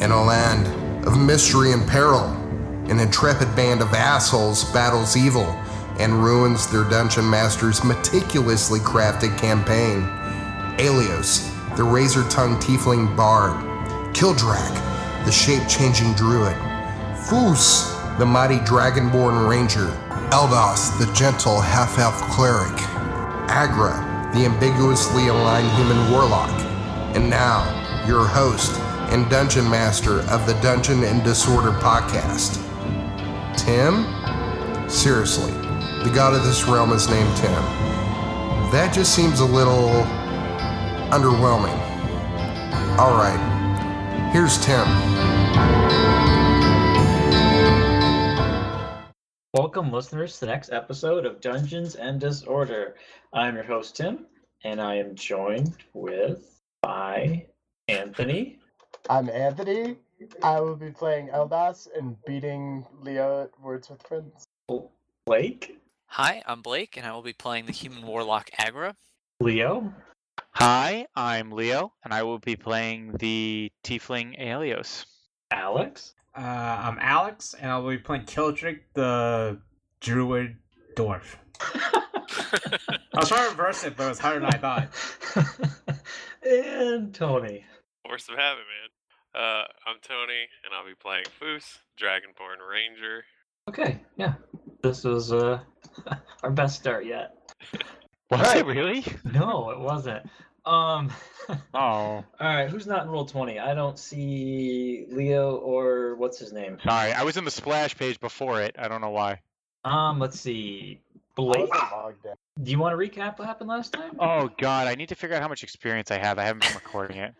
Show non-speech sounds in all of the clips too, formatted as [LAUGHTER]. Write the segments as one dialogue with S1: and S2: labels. S1: In a land of mystery and peril, an intrepid band of assholes battles evil and ruins their dungeon master's meticulously crafted campaign. Alios, the razor tongued tiefling bard, Kildrak, the shape changing druid, Foos, the mighty dragonborn ranger, Eldos, the gentle half elf cleric, Agra, the ambiguously aligned human warlock, and now your host and dungeon master of the Dungeon and Disorder podcast, Tim? Seriously, the god of this realm is named Tim. That just seems a little underwhelming. All right, here's Tim.
S2: Welcome, listeners, to the next episode of Dungeons and Disorder. I'm your host, Tim, and I am joined with by Anthony.
S3: I'm Anthony. I will be playing Eldas and beating Leo at Words with Friends.
S2: Blake,
S4: Hi, I'm Blake, and I will be playing the human warlock Agra.
S2: Leo,
S5: Hi, I'm Leo, and I will be playing the Tiefling Alios.
S2: Alex,
S6: Uh, I'm Alex, and I'll be playing Kildrick, the druid dwarf. I was trying to reverse it, but it was harder than I thought.
S2: [LAUGHS] and Tony.
S7: Force of habit, man. Uh, I'm Tony, and I'll be playing Foos, Dragonborn Ranger.
S2: Okay, yeah, this was uh, [LAUGHS] our best start yet.
S5: Was
S3: Right.
S5: it [LAUGHS] really?
S2: No, it wasn't. Um, [LAUGHS] all
S5: Oh,
S2: right, who's not in roll twenty? I don't see Leo or what's his name.
S5: sorry. I was in the splash page before it. I don't know why.
S2: Um, let's see,
S3: I
S2: Blake.
S3: wasn't logged in.
S2: Do you want to recap what happened last time?
S5: Oh God, I need to figure out how much experience I have. I haven't been recording it.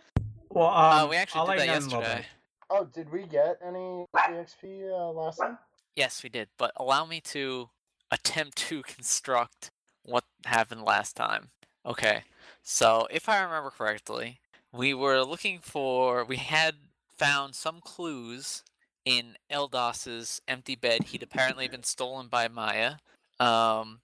S6: Well, um,
S4: Uh, we actually
S6: I'll
S4: did
S6: let
S4: that
S6: you know in a little
S4: yesterday.
S6: bit.
S3: Oh, did we get any EXP uh, last time?
S4: Yes, we did. But allow me to attempt to [LAUGHS] construct what happened last time. Okay. So, if I remember correctly, we were looking for. We had found some clues in Eldos's empty bed. He'd apparently been stolen by Maya. Um,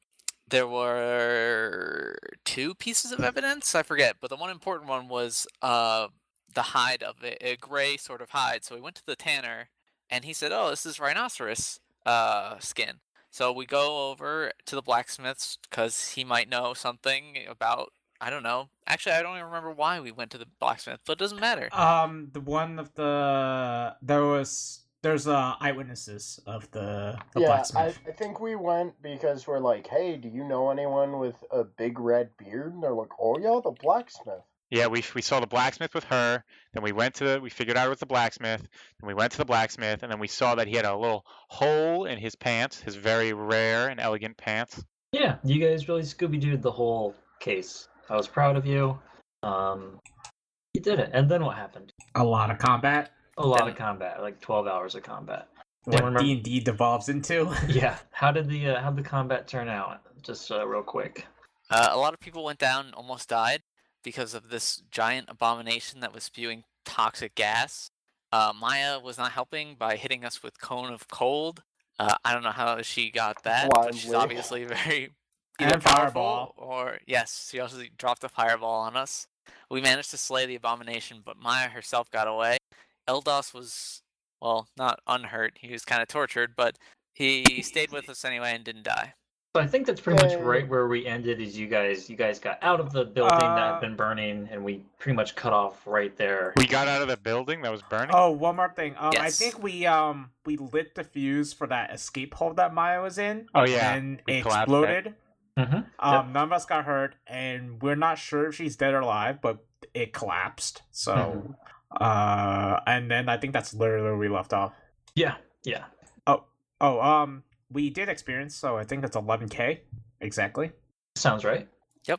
S4: there were two pieces of evidence. I forget, but the one important one was uh, the hide of it, a gray sort of hide. So we went to the tanner, and he said, "Oh, this is rhinoceros uh, skin." So we go over to the blacksmith's because he might know something about. I don't know. Actually, I don't even remember why we went to the blacksmith, but it doesn't matter.
S6: Um, the one of the there was there's uh eyewitnesses of the, the
S3: yeah, I,
S6: blacksmith.
S3: I think we went because we're like, hey, do you know anyone with a big red beard? And they're like, oh, yeah, the blacksmith.
S5: Yeah, we we saw the blacksmith with her. Then we went to the, we figured out it was the blacksmith. Then we went to the blacksmith, and then we saw that he had a little hole in his pants, his very rare and elegant pants.
S2: Yeah, you guys really Scooby Dooed the whole case. I was proud of you. Um, you did it. And then what happened?
S6: A lot of combat.
S2: A lot of
S4: Then-
S2: combat, like twelve hours of combat. Don't
S6: What
S2: remember-
S6: D and D devolves into.
S2: Yeah. How did the uh, how would the combat turn out? Just uh, real quick.
S4: Uh, a lot of people went down and almost died because of this giant abomination that was spewing toxic gas. Uh, Maya was not helping by hitting us with cone of cold. Uh, I don't know how she got that, but she's
S3: Blindly.
S4: obviously [LAUGHS] very
S6: And
S4: either powerful
S6: fireball.
S4: or yes, she also dropped a fireball on us. We managed to slay the abomination, but Maya herself got away. Eldos was well, not unhurt. He was kind of tortured, but he stayed with us anyway and didn't die. [LAUGHS]
S2: So I think that's pretty much
S3: Uh,
S2: right where we ended. Is you guys you guys got out of the building that
S6: Uh,
S2: had been burning, and we pretty much cut off right there.
S5: We got out of the building that was burning.
S6: Oh, one more thing. Um, I
S4: Yes.
S6: think we um we lit the fuse for that escape hole that Maya was in.
S5: Oh, yeah,
S6: and
S5: we
S6: it
S5: collapsed Mm-hmm. that.
S6: exploded.
S2: Mhm.
S6: Um, none of us got hurt, and we're not sure if she's dead or alive, but it collapsed. So,
S5: Mm-hmm.
S6: uh, and then I think that's literally where we left off.
S2: Yeah. Yeah.
S6: Oh, um, we did experience, so I think that's 11k exactly.
S2: Sounds right.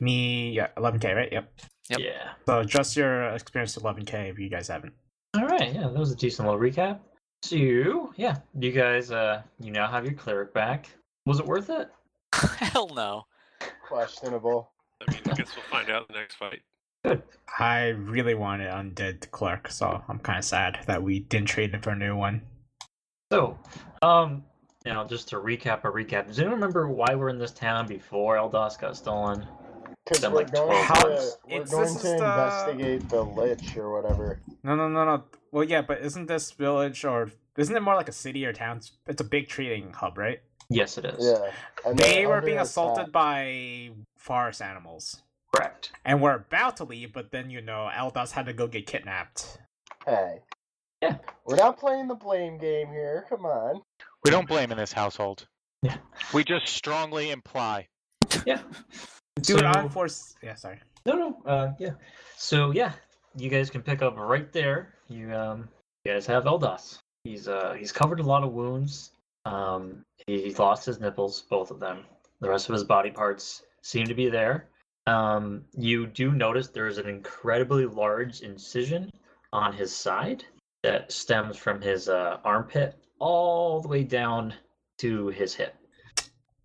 S6: Me, yeah, 11k, right? Yep.
S4: Yep.
S2: Yeah.
S6: So just your experience to 11k if you guys haven't.
S2: All right, yeah, that was a decent little recap. So, yeah, you guys, uh, you now have your cleric back. Was it worth it?
S4: Hell no.
S3: Questionable.
S7: I mean, I guess we'll find out in the next fight.
S2: Good.
S6: I really wanted undead clerk, so I'm kind of sad that we didn't trade him for a new one.
S2: So, um, now just to recap a recap, does anyone remember why we're in this town before Eldos got stolen?
S3: Because
S2: Done
S3: we're
S2: like
S3: going
S2: 12
S3: to,
S6: months.
S3: we're
S6: It's-
S3: going
S6: this
S3: to
S6: is the-
S3: investigate the lich or whatever.
S6: No, no, no, no. Well, yeah, but isn't this village or isn't it more like a city or town? It's- It's a big trading hub, right?
S2: Yes, it is.
S3: Yeah. And
S6: They
S3: they're
S6: were
S3: under
S6: being
S3: attack.
S6: assaulted by forest animals,
S2: Correct.
S6: and we're about to leave. But then you know, Eldas had to go get kidnapped.
S3: Hey.
S2: Yeah.
S3: We're not playing the blame game here. Come on.
S5: We don't blame in this household.
S2: Yeah.
S5: We just strongly imply.
S2: Yeah.
S6: Dude,
S2: So-
S6: I'm forced. Yeah, sorry.
S2: No, no, uh, yeah. So yeah, you guys can pick up right there. You um, you guys have Eldas. He's uh, he's covered in a lot of wounds. Um, he, he's lost his nipples, both of them. The rest of his body parts seem to be there. Um, you do notice there is an incredibly large incision on his side that stems from his uh, armpit all the way down to his hip.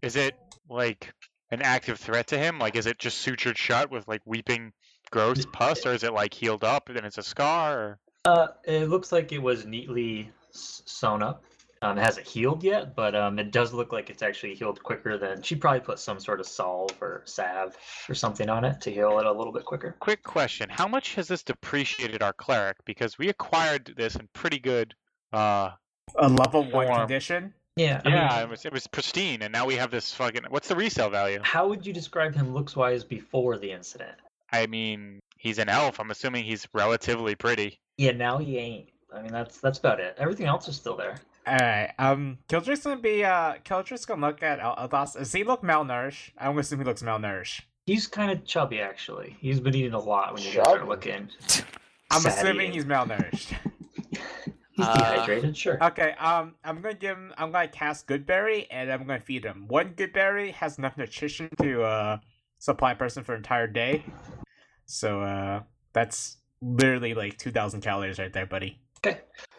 S5: Is it like an active threat to him? Like, is it just sutured shut with like weeping, gross pus, or is it like healed up and it's a scar? Or...
S2: Uh, it looks like it was neatly s- sewn up. Um, it hasn't healed yet, but um, it does look like it's actually healed quicker than she probably put some sort of salve or salve or something on it to heal it a little bit quicker.
S5: Quick question: How much has this depreciated our cleric? Because we acquired this in pretty good. Uh,
S6: A level one
S5: Form.
S6: condition.
S2: Yeah. I mean,
S5: yeah, it was it was pristine, and now we have this fucking. What's the resale value?
S2: how would you describe him looks wise before the incident?
S5: I mean, he's an elf. I'm assuming he's relatively pretty.
S2: Yeah, now he ain't. I mean, that's that's about it. Everything else is still there.
S6: All right. Um, Kildrick's gonna be. Uh, Kildrick's gonna look at El- Eldas. Does he look malnourished? I'm gonna assume he looks malnourished.
S2: He's kind of chubby, actually. He's been eating a lot when you guys
S3: Chubby?
S2: are looking.
S6: I'm
S2: Sad
S6: assuming
S2: eating.
S6: he's malnourished. [LAUGHS]
S2: He's
S4: Uh,
S2: dehydrated, sure.
S6: Okay, um, I'm gonna give him. I'm gonna cast Goodberry, and I'm gonna feed him. One Goodberry has enough nutrition to uh supply a person for an entire day. So uh, that's literally like two thousand calories right there, buddy.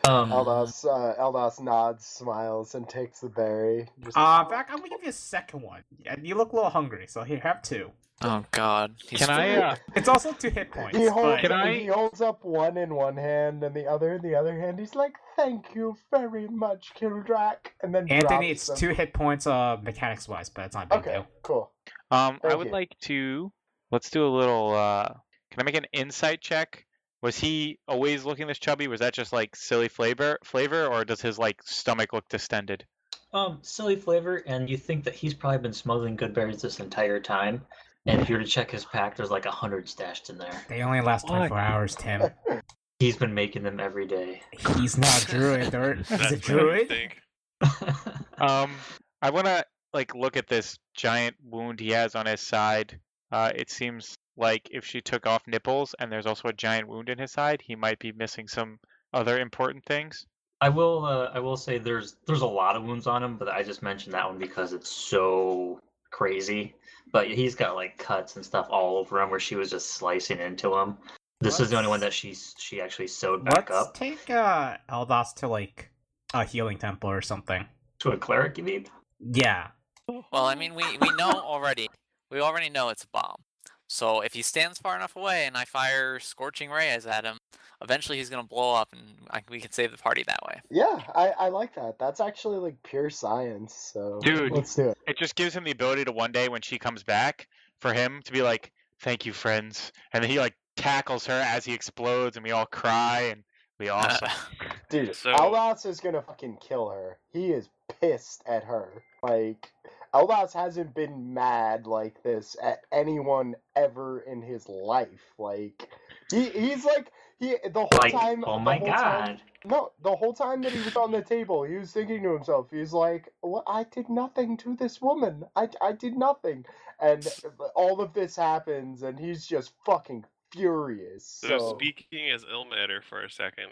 S2: Um,
S3: Eldas, uh, Eldas nods, smiles, and takes the berry. Just-
S6: Uh, in fact, I'm gonna give you a second one. Yeah, You look a little hungry, so here have two.
S4: Oh God. He's
S5: Can I?
S4: full.
S5: Uh,
S6: It's also two hit points.
S3: he holds,
S6: but-
S5: Can I-
S3: he holds up one in one hand and the other in the other hand. He's like, "Thank you very much, Kildrak." And then
S6: Anthony, it's
S3: drops them.
S6: two hit points, uh, mechanics wise, but it's not a big
S3: Okay,
S6: deal.
S3: cool.
S5: um, I
S3: Thank
S5: would
S3: you.
S5: like to. Let's do a little. Uh, can I make an insight check? Was he always looking this chubby? Was that just like silly flavor, flavor, or does his like stomach look distended?
S2: Um, silly flavor, and you think that he's probably been smuggling good berries this entire time. And if you were to check his pack, there's like a hundred stashed in there.
S6: They only last
S5: Why?
S6: 24 hours, Tim.
S5: [LAUGHS]
S2: He's been making them every day. [LAUGHS]
S6: He's not a druid. Or... He's
S7: That's
S6: a
S7: what I
S6: druid?
S7: think.
S5: Um, I want to like look at this giant wound he has on his side. Uh, it seems like if she took off nipples and there's also a giant wound in his side, he might be missing some other important things.
S2: I will, uh, I will say there's there's a lot of wounds on him, but I just mentioned that one because it's so crazy. But he's got like cuts and stuff all over him where she was just slicing into him. This is the only one that
S6: Let's-
S2: she she actually sewed back
S6: Let's
S2: up
S6: take uh, Eldas to like a healing temple or something.
S2: to a cleric. You mean?
S6: Yeah.
S4: [LAUGHS] Well, I mean, we we know already. We already know it's a bomb. So if he stands far enough away and I fire scorching rays at him, eventually he's gonna blow up, and I, we can save the party that way.
S3: Yeah, I, I like that. That's actually like pure science. So
S5: Dude.
S3: let's do it.
S5: It just gives him the ability to one day when she comes back for him to be like, "Thank you, friends," and then he like tackles her as he explodes, and we all cry and we
S4: Uh, [LAUGHS]
S5: awesome.
S3: Dude,
S7: So-
S3: Eldas is gonna fucking kill her. He is pissed at her. Like, Eldas hasn't been mad like this at anyone ever in his life. Like, he, he's like, he the whole
S2: Like,
S3: time.
S2: oh
S3: the
S2: my
S3: whole
S2: god.
S3: time- no, the whole time that he was on the table, he was thinking to himself, he's like, well, I did nothing to this woman. I, I did nothing. And all of this happens, and he's just fucking furious.
S7: So,
S3: So,
S7: speaking as Ilmater for a second,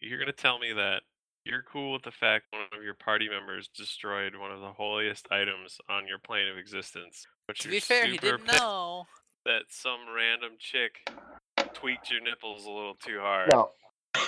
S7: you're gonna tell me that you're cool with the fact one of your party members destroyed one of the holiest items on your plane of existence. But
S4: to
S7: you're
S4: be fair, he
S7: super
S4: didn't
S7: pissed
S4: know.
S7: that some random chick tweaked your nipples a little too hard.
S3: no.
S2: [LAUGHS]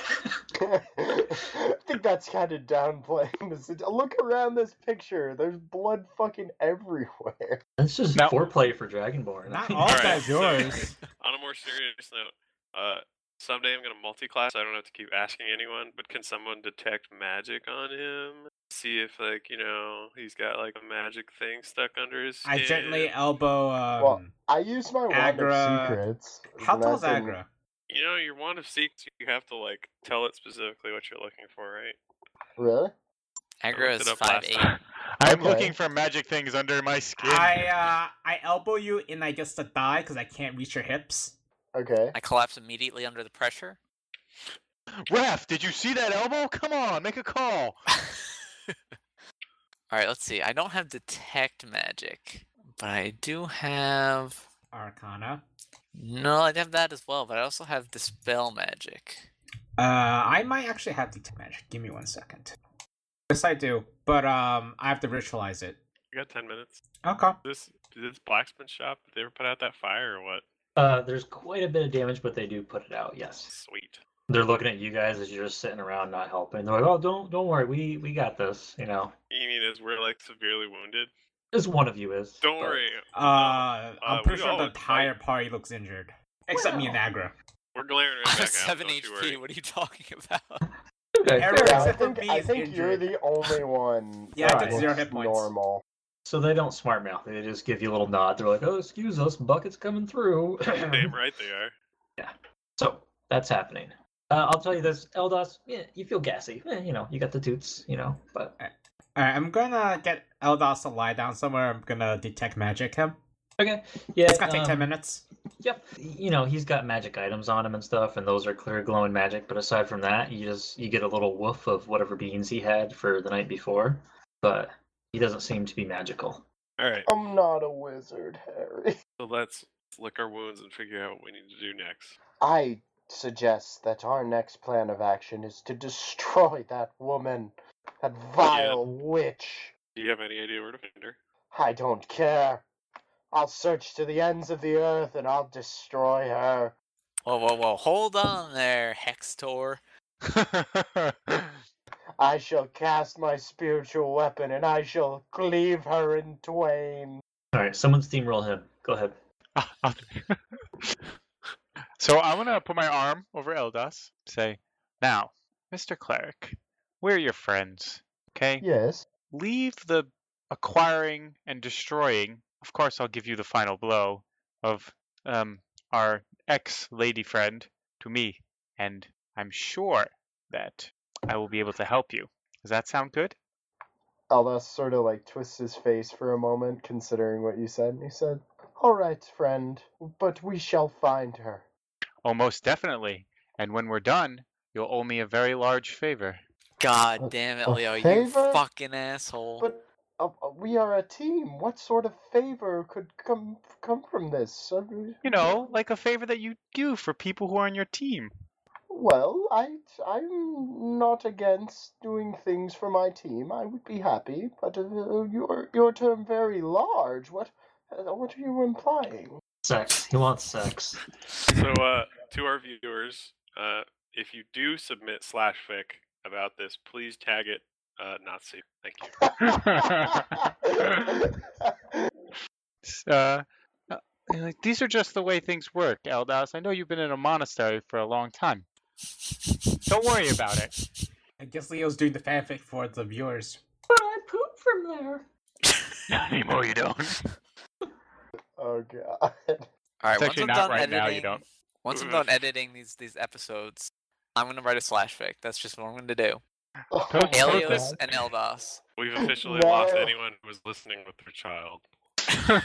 S3: I think that's kind of downplaying this. Look around this picture. There's blood fucking everywhere.
S2: That's just
S5: Now-
S2: foreplay for Dragonborn. [LAUGHS]
S6: Not all
S7: Alright,
S6: that's
S7: so-
S6: yours.
S7: On a more serious note, uh, someday I'm gonna multi-class. I don't have to keep asking anyone, but can someone detect magic on him? See if like you know he's got like a magic thing stuck under his skin.
S6: I gently elbow. Um,
S3: Well, I used my wand
S6: Agra-
S3: of secrets.
S6: how
S3: and
S6: tall is
S3: that didn't-
S6: Agra?
S7: You know, your wand of seeks, you have to like tell it specifically what you're looking for, right?
S3: Really?
S4: Aggro
S7: looked
S4: is
S7: it up last
S4: 5 8.
S7: time.
S5: I'm
S3: Okay.
S5: looking for magic things under my skin.
S6: I uh I elbow you and I guess to die because I can't reach your hips.
S3: Okay.
S4: I collapse immediately under the pressure.
S7: [LAUGHS]
S5: Ref, did you see that elbow? Come on, make a call.
S4: Alright, let's see. I don't have detect magic, but I do have.
S6: Arcana.
S4: No, I have that as well, but I also have dispel magic.
S6: Uh, I might actually have detect magic. Give me one second. Yes, I do, but um, I have to ritualize it.
S7: You got ten minutes.
S6: Okay. Uh,
S7: This did this blacksmith shop did they ever put out that fire or what?
S2: Uh, there's quite a bit of damage, but they do put it out. Yes,
S7: Sweet.
S2: they're looking at you guys as you're just sitting around not helping. They're like, "Oh, don't don't worry, we we got this." You know,
S7: You mean is we're like severely wounded?
S2: as one of you is.
S7: Don't
S2: but-
S7: worry,
S6: Uh, I'm
S7: we
S6: pretty sure
S7: all
S6: the
S7: would
S6: entire party looks injured, except me and Aggro.
S7: we're glaring right
S4: I [LAUGHS]
S7: back
S4: have 7
S7: out. don't you
S4: HP.
S7: worry.
S4: What are you [LAUGHS] talking about?
S2: Okay, fair
S6: Everyone
S3: Yeah, I
S6: except for
S3: think
S6: me
S3: I
S6: is
S3: think you're
S6: injured.
S3: the
S6: [LAUGHS]
S3: only one.
S6: Yeah,
S2: I
S3: that
S2: took zero
S3: looks
S6: hit points.
S3: Normal.
S2: So they don't smart mouth. They just give you a little nod. They're like, "Oh, excuse us, bucket's coming
S7: [LAUGHS]
S2: through."
S7: Damn right they are.
S2: so that's happening. Uh, I'll tell you this, Eldos. Yeah, you feel gassy. Eh, you know, you got the toots. You know, but
S6: Alright, I'm gonna get Eldos to lie down somewhere. I'm gonna detect magic him.
S2: okay. Yeah,
S6: It's gonna take ten
S2: um,
S6: minutes.
S2: Yep. You know, he's got magic items on him and stuff, and those are clear glowing magic. But aside from that, you just you get a little woof of whatever beans he had for the night before. But he doesn't seem to be magical.
S7: All right,
S3: I'm not a wizard, Harry. [LAUGHS]
S7: so let's lick our wounds and figure out what we need to do next.
S3: I suggest that our next plan of action is to destroy that woman, that vile witch.
S7: Do you have any idea where to find her?
S3: I don't care. I'll search to the ends of the earth and I'll destroy her.
S4: Whoa, whoa, whoa. Hold on there, Hextor.
S3: I shall cast my spiritual weapon and I shall cleave her in twain.
S2: All right, someone steamroll him. Go ahead.
S5: so I'm gonna put my arm over Eldas. Say, now, Mr. Cleric, we're your friends. Okay.
S3: Yes.
S5: Leave the acquiring and destroying. Of course, I'll give you the final blow of um our ex lady friend to me, and I'm sure that I will be able to help you. Does that sound good?
S3: Eldas sort of like twists his face for a moment, considering what you said, and he said, All right, friend, but we shall find her.
S5: Oh, most definitely. And when we're done, you'll owe me a very large favor.
S4: God
S3: A-
S4: damn it,
S3: a
S4: Leo, you
S3: favor?
S4: fucking asshole.
S3: But uh, uh, we are a team. What sort of favor could come come from this? Uh,
S5: You know, like a favor that you do for people who are on your team.
S3: Well, I I'm not against doing things for my team. I would be happy, but uh, your your term very large. What uh, what are you implying?
S2: Sex. He wants sex.
S7: So, uh, to our viewers, uh, if you do submit slash fic about this, please tag it uh, Nazi. Thank you.
S5: S- Uh, uh, like, these are just the way things work, Eldas. I know you've been in a monastery for a long time. Don't worry about it.
S6: I guess Leo's doing the fanfic for the viewers.
S2: But I poop from there.
S5: Not anymore, you don't.
S3: oh god.
S4: Alright,
S5: It's
S4: once
S5: actually
S4: I'm
S5: not
S4: done
S5: right
S4: editing,
S5: now, you don't.
S4: once I'm done editing these these episodes, I'm gonna write a slash fic. That's just what I'm gonna do. Elios and Eldos.
S7: We've officially lost
S3: No.
S7: anyone who was listening with their child.
S4: [LAUGHS]
S5: [LAUGHS] Sorry.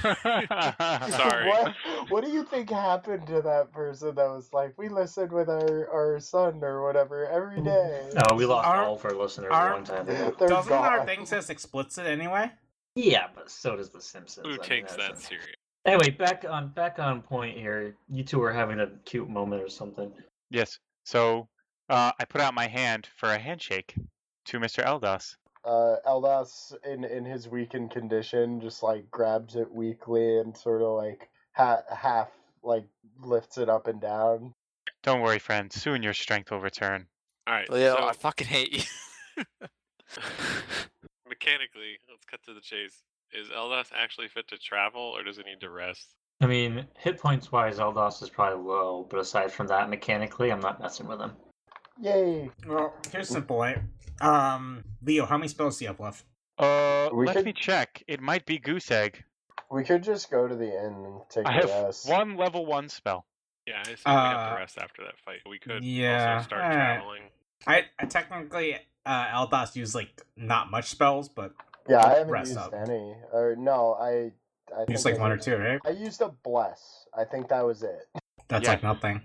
S7: Sorry.
S3: What, what do you think happened to that person that was like, we listened with our, our son or whatever every day?
S2: Oh, we lost
S6: Our-
S2: all of our listeners
S6: our-
S2: a long time ago.
S3: They're
S6: Doesn't our
S3: gone.
S6: thing says explicit anyway?
S2: Yeah, but so does the Simpsons. I
S7: Who
S2: mean,
S7: takes that
S2: that's-
S7: serious?
S2: Anyway, back on back on point here. You two are having a cute moment or something.
S5: yes. So uh, I put out my hand for a handshake to Mr. Eldas.
S3: Uh, Eldas, in, in his weakened condition, just like grabs it weakly and sort of like ha- half like lifts it up and down.
S5: Don't worry, friend. Soon your strength will return.
S7: All right.
S4: Leo,
S7: so-
S4: I fucking hate you. [LAUGHS]
S7: [LAUGHS] mechanically, let's cut to the chase. Is Eldas actually fit to travel, or does he need to rest?
S2: I mean, hit points wise, Eldos is probably low, but aside from that, mechanically, I'm not messing with him.
S3: Yay!
S6: Well, here's the point. Um, Leo, how many spells do you have left?
S5: Uh,
S3: We
S5: let
S3: could-
S5: me check. It might be goose egg.
S3: We could just go to the inn and take
S5: I
S3: a
S5: have
S3: rest.
S5: one level one spell.
S7: Yeah, I assume we have
S6: Uh,
S7: to rest after that fight. We could
S6: yeah,
S7: also start
S6: alright.
S7: traveling.
S6: I, I technically uh, Eldas used like not much spells, but
S3: Yeah, I haven't
S6: Rest
S3: used
S6: up.
S3: any. Or no, I. I
S6: used
S3: think
S6: like
S3: I
S6: one or
S3: used-
S6: two, right?
S3: I used a bless. I think that was it.
S6: That's
S5: Yeah.
S6: like nothing.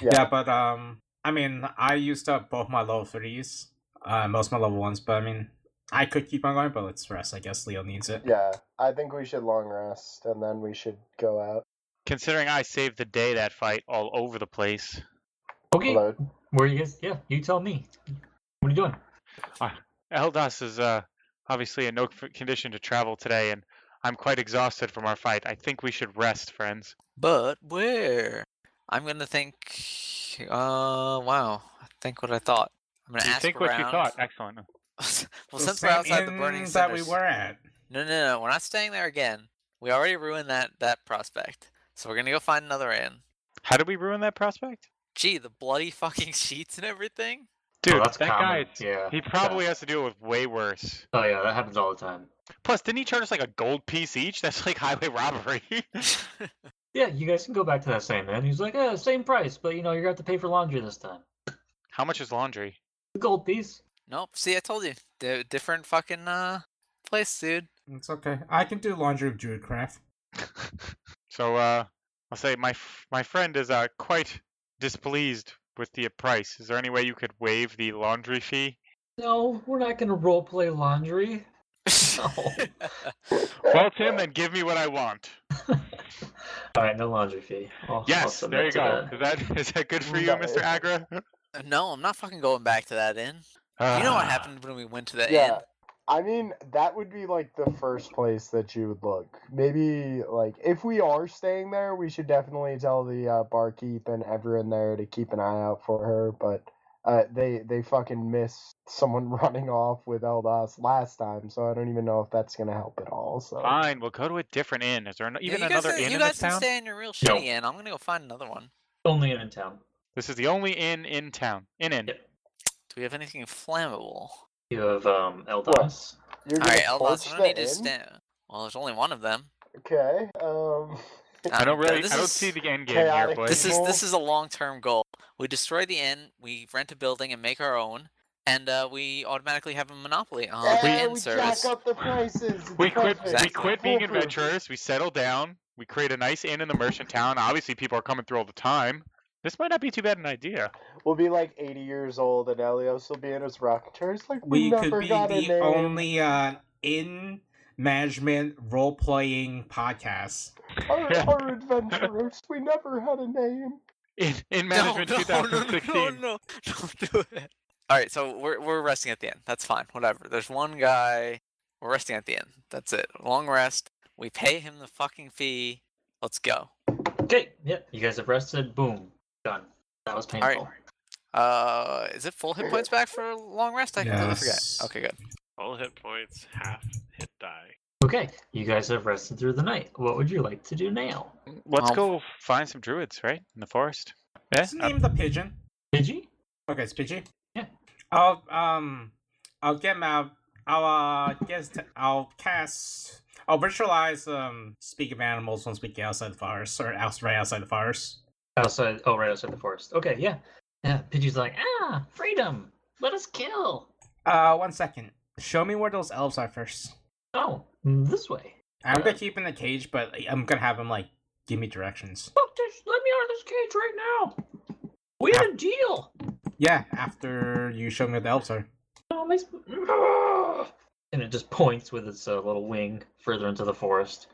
S3: Yeah.
S6: Yeah. but um, I mean, I used up both my level threes, uh, most of my level ones, but I mean, I could keep on going, but let's rest. I guess Leo needs it.
S3: Yeah, I think we should long rest and then we should go out.
S5: Considering I saved the day that fight all over the place.
S2: Okay.
S3: Hello.
S2: Where you guys? Yeah, you tell me. What are you doing?
S5: Eldas is uh, obviously in no c- condition to travel today, and I'm quite exhausted from our fight. I think we should rest, friends.
S4: But where? I'm gonna think. Uh, wow. I think what I thought. I'm gonna
S5: You
S4: ask
S5: think what
S4: around.
S5: you thought.
S4: [LAUGHS]
S5: Excellent.
S4: well,
S6: So
S4: since we're
S6: same
S4: outside the burning
S6: inn that we
S4: cinders-
S6: were at.
S4: No, no, no. We're not staying there again. We already ruined that that prospect. So we're gonna go find another inn.
S5: How did we ruin that prospect?
S4: Gee, the bloody [LAUGHS] fucking sheets and everything. [LAUGHS]
S5: Dude,
S2: Oh, that's
S5: that
S2: common.
S5: guy,
S2: Yeah.
S5: he probably has to deal with way worse.
S2: Oh yeah, that happens all the time.
S5: Plus, didn't he charge us like a gold piece each? [LAUGHS] That's like highway robbery. [LAUGHS]
S2: Yeah, you guys can go back to that same man. He's like, yeah, same price, but you know you're gonna have to pay for laundry this time.
S5: How much is laundry? [LAUGHS]
S2: The gold piece.
S4: nope. See, I told you. D- different fucking uh place, dude. [LAUGHS]
S6: It's okay. I can do laundry with Druidcraft.
S5: so, uh, I'll say my f- my friend is uh quite displeased with the price. Is there any way you could waive the laundry fee?
S2: No, we're not gonna role play [LAUGHS] laundry. Oh.
S5: Well, Tim, then give me what I want.
S2: All right, no laundry fee. I'll- I'll
S5: Yes,
S2: submit
S5: there you
S2: to
S5: go.
S2: that.
S5: Is that is that good for you,
S3: No.
S5: Mr. Agra?
S4: no, I'm not fucking going back to that inn. You know what
S5: Ah.
S4: happened when we went to that
S3: Yeah.
S4: inn?
S3: I mean, that would be like the first place that you would look. Maybe like if we are staying there, we should definitely tell the uh, barkeep and everyone there to keep an eye out for her. But uh, they they fucking miss someone [LAUGHS] running off with Eldas last time, so I don't even know if that's gonna help at all.
S2: Uh,
S3: So
S5: Fine, we'll go to a different inn. Is there an,
S4: Yeah,
S5: even
S4: you guys
S5: another
S4: can-
S5: inn
S4: You
S5: in
S4: guys
S5: this
S4: can
S5: town?
S4: stay in your real
S2: No.
S4: shitty inn. I'm gonna go find another one.
S2: Only in town.
S5: This is the only inn in town. Inn in.
S2: Yep.
S4: Do we have anything flammable?
S2: You have um Eldas.
S3: you're
S4: All
S3: gonna
S4: right, Eldas,
S3: torch
S4: I
S3: the
S4: don't need to
S3: inn?
S4: stand. Well, there's only one of them.
S3: Okay. [LAUGHS] Um.
S5: I
S4: Um,
S5: don't
S4: th-
S5: really.
S4: This
S5: I don't
S4: is,
S5: see the end game here,
S3: chaotic
S5: but
S4: This is
S3: Anymore.
S4: this is a long-term goal. We destroy the inn, we rent a building and make our own, and uh, we automatically have a monopoly on
S3: eh,
S4: the inn
S3: we
S4: service. [LAUGHS]
S3: jack up the prices. It's
S5: we quit.
S3: perfect.
S5: We
S4: Exactly.
S5: quit being
S3: Foolproof.
S5: adventurers. We settle down. We create a nice inn in the merchant town. Obviously, people are coming through all the time. This might not be too bad an idea.
S3: We'll be like 80 years old, and Elios will be in his rocking chair. It's like we,
S6: We
S3: never
S6: could be
S3: got a
S6: the
S3: name.
S6: only uh, in management role playing podcast.
S3: Our,
S6: [LAUGHS]
S3: our adventurers, we never had a name.
S5: In, in management
S4: no, [LAUGHS] no, no,
S5: 2016.
S4: No, no, no, don't do it. All right, so we're we're resting at the end. That's fine. Whatever. There's one guy. We're resting at the end. That's it. Long rest. We pay him the fucking fee. Let's go.
S2: Okay. Yep. You guys have rested. Boom. Done. That was
S4: right.
S2: painful.
S4: Uh, is it full hit points back for long rest? I completely forgot.
S6: Yes.
S4: Okay, good.
S7: All hit points, half hit die.
S2: Okay. You guys have rested through the night. What would you like to do now?
S5: Let's
S4: Um,
S5: go find some druids, right? In the forest. Yeah.
S6: Just
S5: uh,
S6: name the pigeon.
S2: Pidgey?
S6: Okay, it's Pidgey.
S2: Yeah.
S6: I'll um, I'll get my, I'll uh, guess t- I'll cast, I'll visualize um, speak of animals once we get outside the forest or outs right outside the forest.
S2: Outside. Oh, right outside the forest. Okay. Yeah. Yeah. Pidgey's like, ah, freedom. Let us kill.
S6: Uh, one second. Show me where those elves are first.
S2: Oh, this way.
S6: I'm gonna keep in the cage, but I'm gonna have him like give me directions.
S2: Fuck this. Let me out of this cage right now. We had a deal.
S6: Yeah, after you show me where the elves are.
S2: Oh, my sp- Ugh. [SIGHS] and it just points with its uh, little wing further into the forest.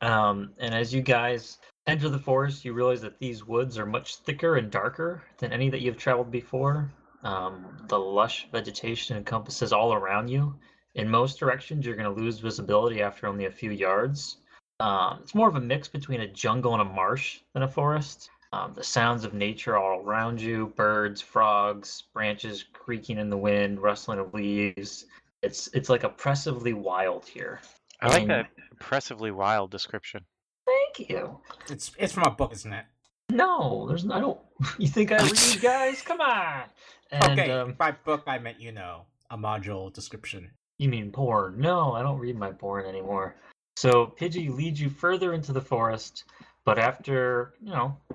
S2: Um, and as you guys enter the forest, you realize that these woods are much thicker and darker than any that you've traveled before. Um, the lush vegetation encompasses all around you. In most directions, you're going to lose visibility after only a few yards. Um, it's more of a mix between a jungle and a marsh than a forest. Um, the sounds of nature all around you birds, frogs, branches creaking in the wind, rustling of leaves. It's, it's like oppressively wild here.
S5: I like
S2: mean-
S5: that impressively wild description.
S2: Thank you.
S6: It's it's from a book, isn't it?
S2: No, there's I don't. [LAUGHS] You think I read, guys? Come on. And
S6: okay,
S2: um,
S6: by book I meant you know a module description.
S2: you mean porn? No, I don't read my porn anymore. So Pidgey leads you further into the forest, but after you know [LAUGHS]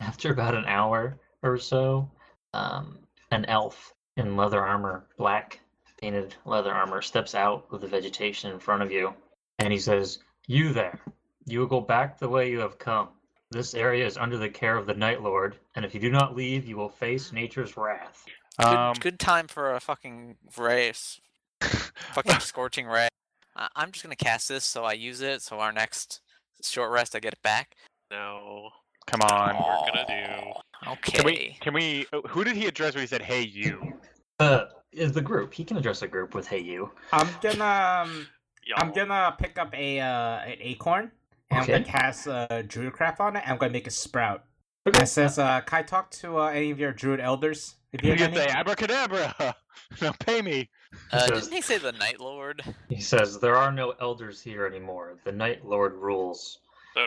S2: After about an hour or so, um, an elf in leather armor, black painted leather armor, steps out of the vegetation in front of you, and he says, "You there? You will go back the way you have come. This area is under the care of the Night Lord, and if you do not leave, you will face nature's wrath."
S4: Good,
S5: Um,
S4: good time for a fucking race.
S5: [LAUGHS]
S4: fucking scorching ray. I- I'm just gonna cast this so I use it so our next short rest I get it back.
S7: No.
S5: come on.
S7: we're gonna do.
S4: Aw, Okay.
S5: Can we? [LAUGHS] Can we? oh, Who did he address when he said, "Hey, you"?
S2: Uh, is the group? He can address a group with "Hey you."
S6: I'm gonna um,
S7: Y'all.
S6: I'm gonna pick up a uh, an acorn and I'm
S2: Okay.
S6: gonna cast uh, druid craft on it. and I'm gonna make it sprout.
S2: Okay.
S6: It says, uh, "Can I talk to uh, any of your druid elders?" If
S5: You
S6: you
S5: can
S6: have
S5: say
S6: any?
S5: abracadabra. [LAUGHS] now pay me.
S4: Uh,
S2: So-
S4: didn't he say the Night Lord?
S2: He says, "There are no elders here anymore. The Night Lord rules."
S7: So,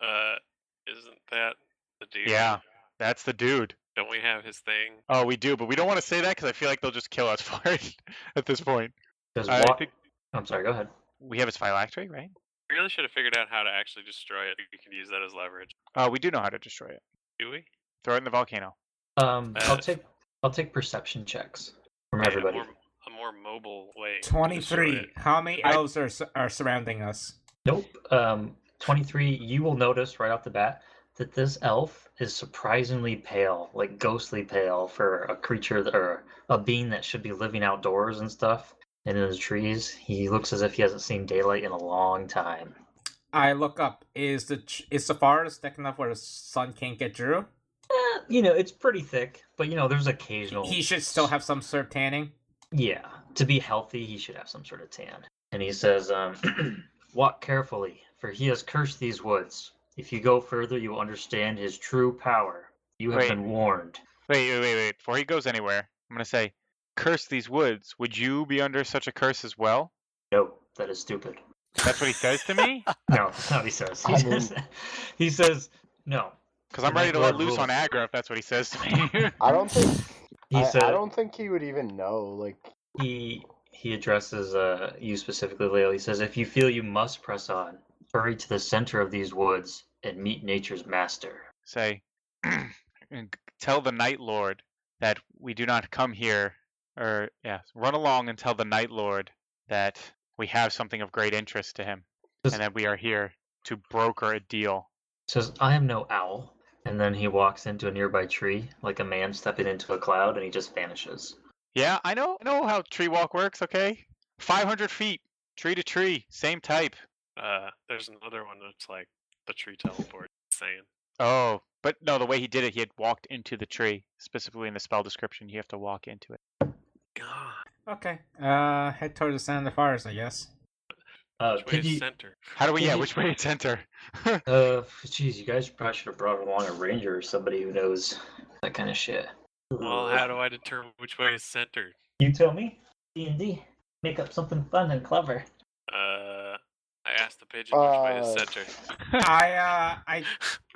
S7: uh, isn't that the dude?
S5: Yeah. That's the dude.
S7: Don't we have his thing?
S5: Oh, we do, but we don't want to say that because I feel like they'll just kill us [LAUGHS] for it at this point.
S2: Says,
S5: I
S2: "Walk."
S5: think
S2: I'm sorry. Go ahead.
S5: we have his phylactery, right?
S7: We really should have figured out how to actually destroy it. We can use that as leverage.
S5: Oh, we do know how to destroy it.
S7: Do we?
S5: Throw it in the volcano.
S2: Um, I'll
S7: Uh,
S2: take I'll take perception checks from
S7: Yeah,
S2: everybody.
S7: A more, a more mobile way. to destroy
S6: Twenty-three.
S7: it.
S6: How many
S5: I-
S6: elves are su- are surrounding us?
S2: Nope. Um, 23, you will notice right off the bat that this elf is surprisingly pale, like ghostly pale for a creature that, or a being that should be living outdoors and stuff and in the trees. He looks as if he hasn't seen daylight in a long time.
S6: I look up. Is the tr- is the forest thick enough where the sun can't get Drew?
S2: Eh, you know, it's pretty thick, but you know, there's occasional.
S6: He should still have some serp tanning.
S2: Yeah, to be healthy, he should have some sort of tan. And he says, um, [CLEARS THROAT] Walk carefully, for he has cursed these woods. If you go further, you will understand his true power. You have
S5: Wait.
S2: been warned.
S5: Wait, wait, wait, wait. Before he goes anywhere, I'm gonna say, "Curse these woods." Would you be under such a curse as well?
S2: No, that is
S3: [LAUGHS]
S2: stupid.
S5: That's what he says to [LAUGHS] me.
S2: No, that's not what he says. He,
S3: I
S2: says, [LAUGHS] he says, No.
S5: Because I'm
S2: The
S5: ready to
S2: Night
S5: let
S2: Lord
S5: loose on
S2: rules.
S5: aggro if that's what he says to [LAUGHS] me.
S3: I don't think
S2: He
S3: I,
S2: said,
S3: I don't think he would even know. Like
S2: he, he addresses uh, you specifically, Leo. He says, If you feel you must press on, hurry to the center of these woods and meet nature's master.
S5: say, [CLEARS THROAT] and tell the Night Lord that we do not come here, or yes, run along and tell the Night Lord that we have something of great interest to him,
S2: Does-
S5: and that we are here to broker a deal.
S2: says, I am no owl. And then he walks into a nearby tree like a man stepping into a cloud and he just vanishes.
S5: Yeah, I know, I know how tree walk works. Okay, 500 feet, tree to tree, same type.
S7: Uh, there's another one that's like the tree teleport. Insane.
S5: Oh, but no, the way he did it, he had walked into the tree. Specifically in the spell description, you have to walk into it.
S7: God.
S6: Okay. Uh, head towards the center of the forest, I guess.
S2: Uh,
S7: Which way
S2: did
S7: is
S2: you,
S7: center?
S5: How do we?
S2: Did
S5: Yeah,
S2: he-
S5: which way it's enter?
S2: uh, geez, you guys probably should have brought along a ranger or somebody who knows that kind of shit.
S7: Well, how do I determine which way is centered?
S2: you tell me? D and D, make up something fun and clever.
S7: Uh, I asked the pigeon which way is
S3: Uh,
S7: center.
S6: I uh, I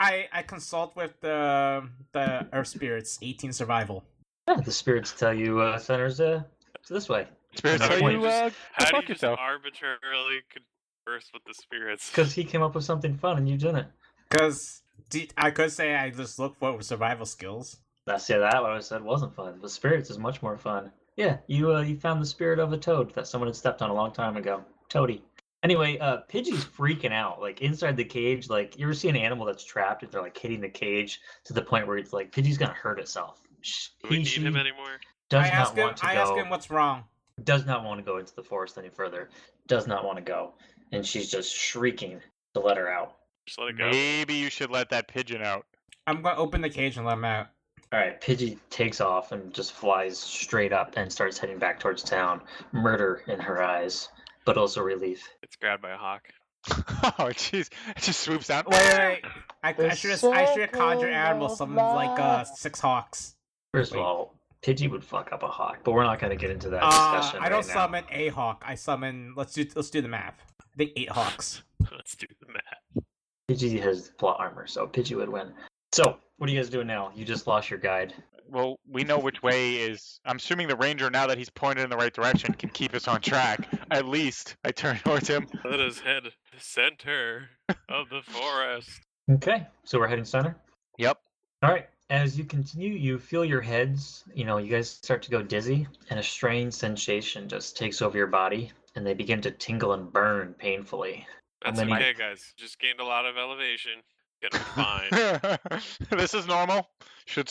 S6: I I consult with the the earth spirits, eighteen survival.
S2: Yeah, the spirits tell you uh, centers uh, it's this way
S5: Spirits,
S2: How do
S5: are
S2: you
S5: you uh,
S7: How do you
S5: fuck
S7: just
S5: yourself?
S7: arbitrarily converse with the spirits?
S2: because he came up with something fun and you didn't.
S6: Cause d- I could say I just look for survival skills.
S2: That's yeah, that what I said wasn't fun, but spirits is much more fun. Yeah, you uh, you found the spirit of a toad that someone had stepped on a long time ago. Toady. Anyway, uh, Pidgey's freaking out, like inside the cage. Like you ever see an animal that's trapped and they're like hitting the cage to the point where it's like Pidgey's gonna hurt itself. Sh-
S7: Do we
S2: he,
S7: need
S2: she
S7: him anymore?
S2: does
S6: I ask
S2: not
S6: him.
S2: want
S6: I
S2: to
S6: ask
S2: go.
S6: him what's wrong.
S2: Does not want to go into the forest any further. Does not want to go, and she's just shrieking to let her out.
S7: Just let it go.
S5: Maybe you should let that pigeon out.
S6: I'm gonna open the cage and let him out.
S2: All right, Pidgey takes off and just flies straight up and starts heading back towards town. Murder in her eyes, but also relief.
S7: It's grabbed by a hawk. [LAUGHS]
S5: [LAUGHS] oh, jeez. It just swoops down.
S6: Wait, wait, wait. I, I
S3: The
S6: should have I should have conjured
S3: circle
S6: animals,
S3: of
S6: something like uh
S3: life.
S6: six hawks.
S2: First
S6: Wait.
S2: of all, Pidgey would fuck up a hawk, but we're not going to get into that
S6: Uh,
S2: discussion.
S6: I don't
S2: right now.
S6: summon a hawk. I summon. Let's do let's do the math. I think eight hawks.
S7: Let's do the math.
S2: Pidgey has plot armor, so Pidgey would win. So, what are you guys doing now? You just lost your guide.
S5: Well, we know which way is. I'm assuming the ranger, now that he's pointed in the right direction, can keep us on track. At least I turn towards him.
S7: Let us head center of the forest.
S2: [LAUGHS] Okay, so we're heading center.
S5: Yep.
S2: All right. As you continue, you feel your heads, you know, you guys start to go dizzy, and a strange sensation just takes over your body, and they begin to tingle and burn painfully.
S7: That's
S2: then you-
S7: okay, guys. Just gained a lot of elevation. Gonna be fine.
S5: [LAUGHS]
S2: [LAUGHS]
S5: this is normal. Should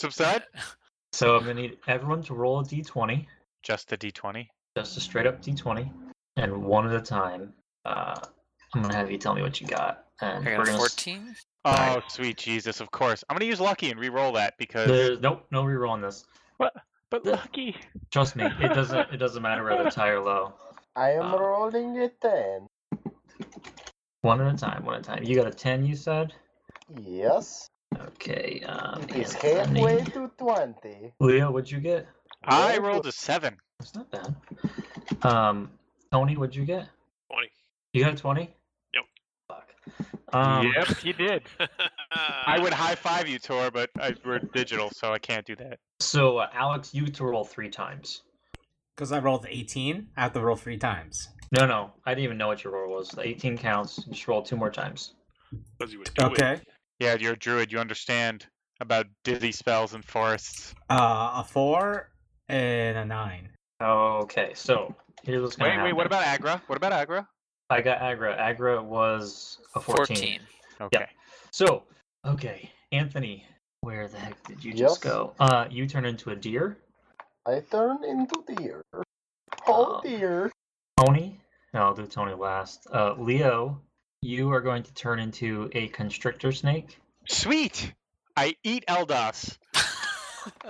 S4: [LAUGHS]
S5: subside.
S2: So I'm going to need everyone to roll a d20,
S5: Just the d20.
S2: just a straight up d20, and one at a time. Uh, I'm going to have you tell me what you got. And
S4: I
S2: we're
S4: got
S2: gonna
S4: a
S2: s-
S4: 14.
S5: Oh,
S2: Right.
S5: sweet Jesus! Of course, I'm gonna use lucky and re-roll that because.
S2: There's, nope, no rerolling this.
S5: But
S2: the-
S5: lucky.
S2: Trust me, it doesn't. It doesn't matter whether it's high or low.
S3: I am
S2: Uh,
S6: Oh.
S3: rolling it then.
S2: One at a time. One at a time. You got a ten. You said.
S3: Yes.
S2: Okay. Um,
S3: It is
S2: and
S3: halfway
S2: Lenny.
S3: to 20.
S2: Leo, what'd you get?
S5: I
S3: roll
S5: rolled a seven.
S2: That's not bad. Um, Tony, what'd you get?
S7: 20.
S2: You got a twenty.
S7: Yep.
S2: Fuck. Um,
S5: you did. I would
S7: [LAUGHS]
S5: high five you, Tor, but I, we're digital, so I can't do that.
S2: So uh, Alex, you to roll three times.
S6: Because I rolled 18, I have to roll three times.
S2: No, no, I didn't even know what your roll was. The eighteen counts. You just roll two more times.
S7: 'Cause you would do it.
S6: okay.
S5: Yeah, you're a druid. You understand about dizzy spells and forests.
S6: Uh, a 4 and a 9.
S2: Okay. So here's what's going
S5: Wait, wait. What about Agra? What about Agra?
S2: I got Agra. Agra was a 14.
S5: Okay.
S2: So, okay, Anthony, where the heck did you
S3: Yes.
S2: just go? Uh, you turn into a deer.
S3: I turn into deer. Oh
S2: Um,
S3: dear.
S2: Tony, no, I'll do Tony last. Uh, Leo, you are going to turn into a constrictor snake.
S5: Sweet. I eat Eldas.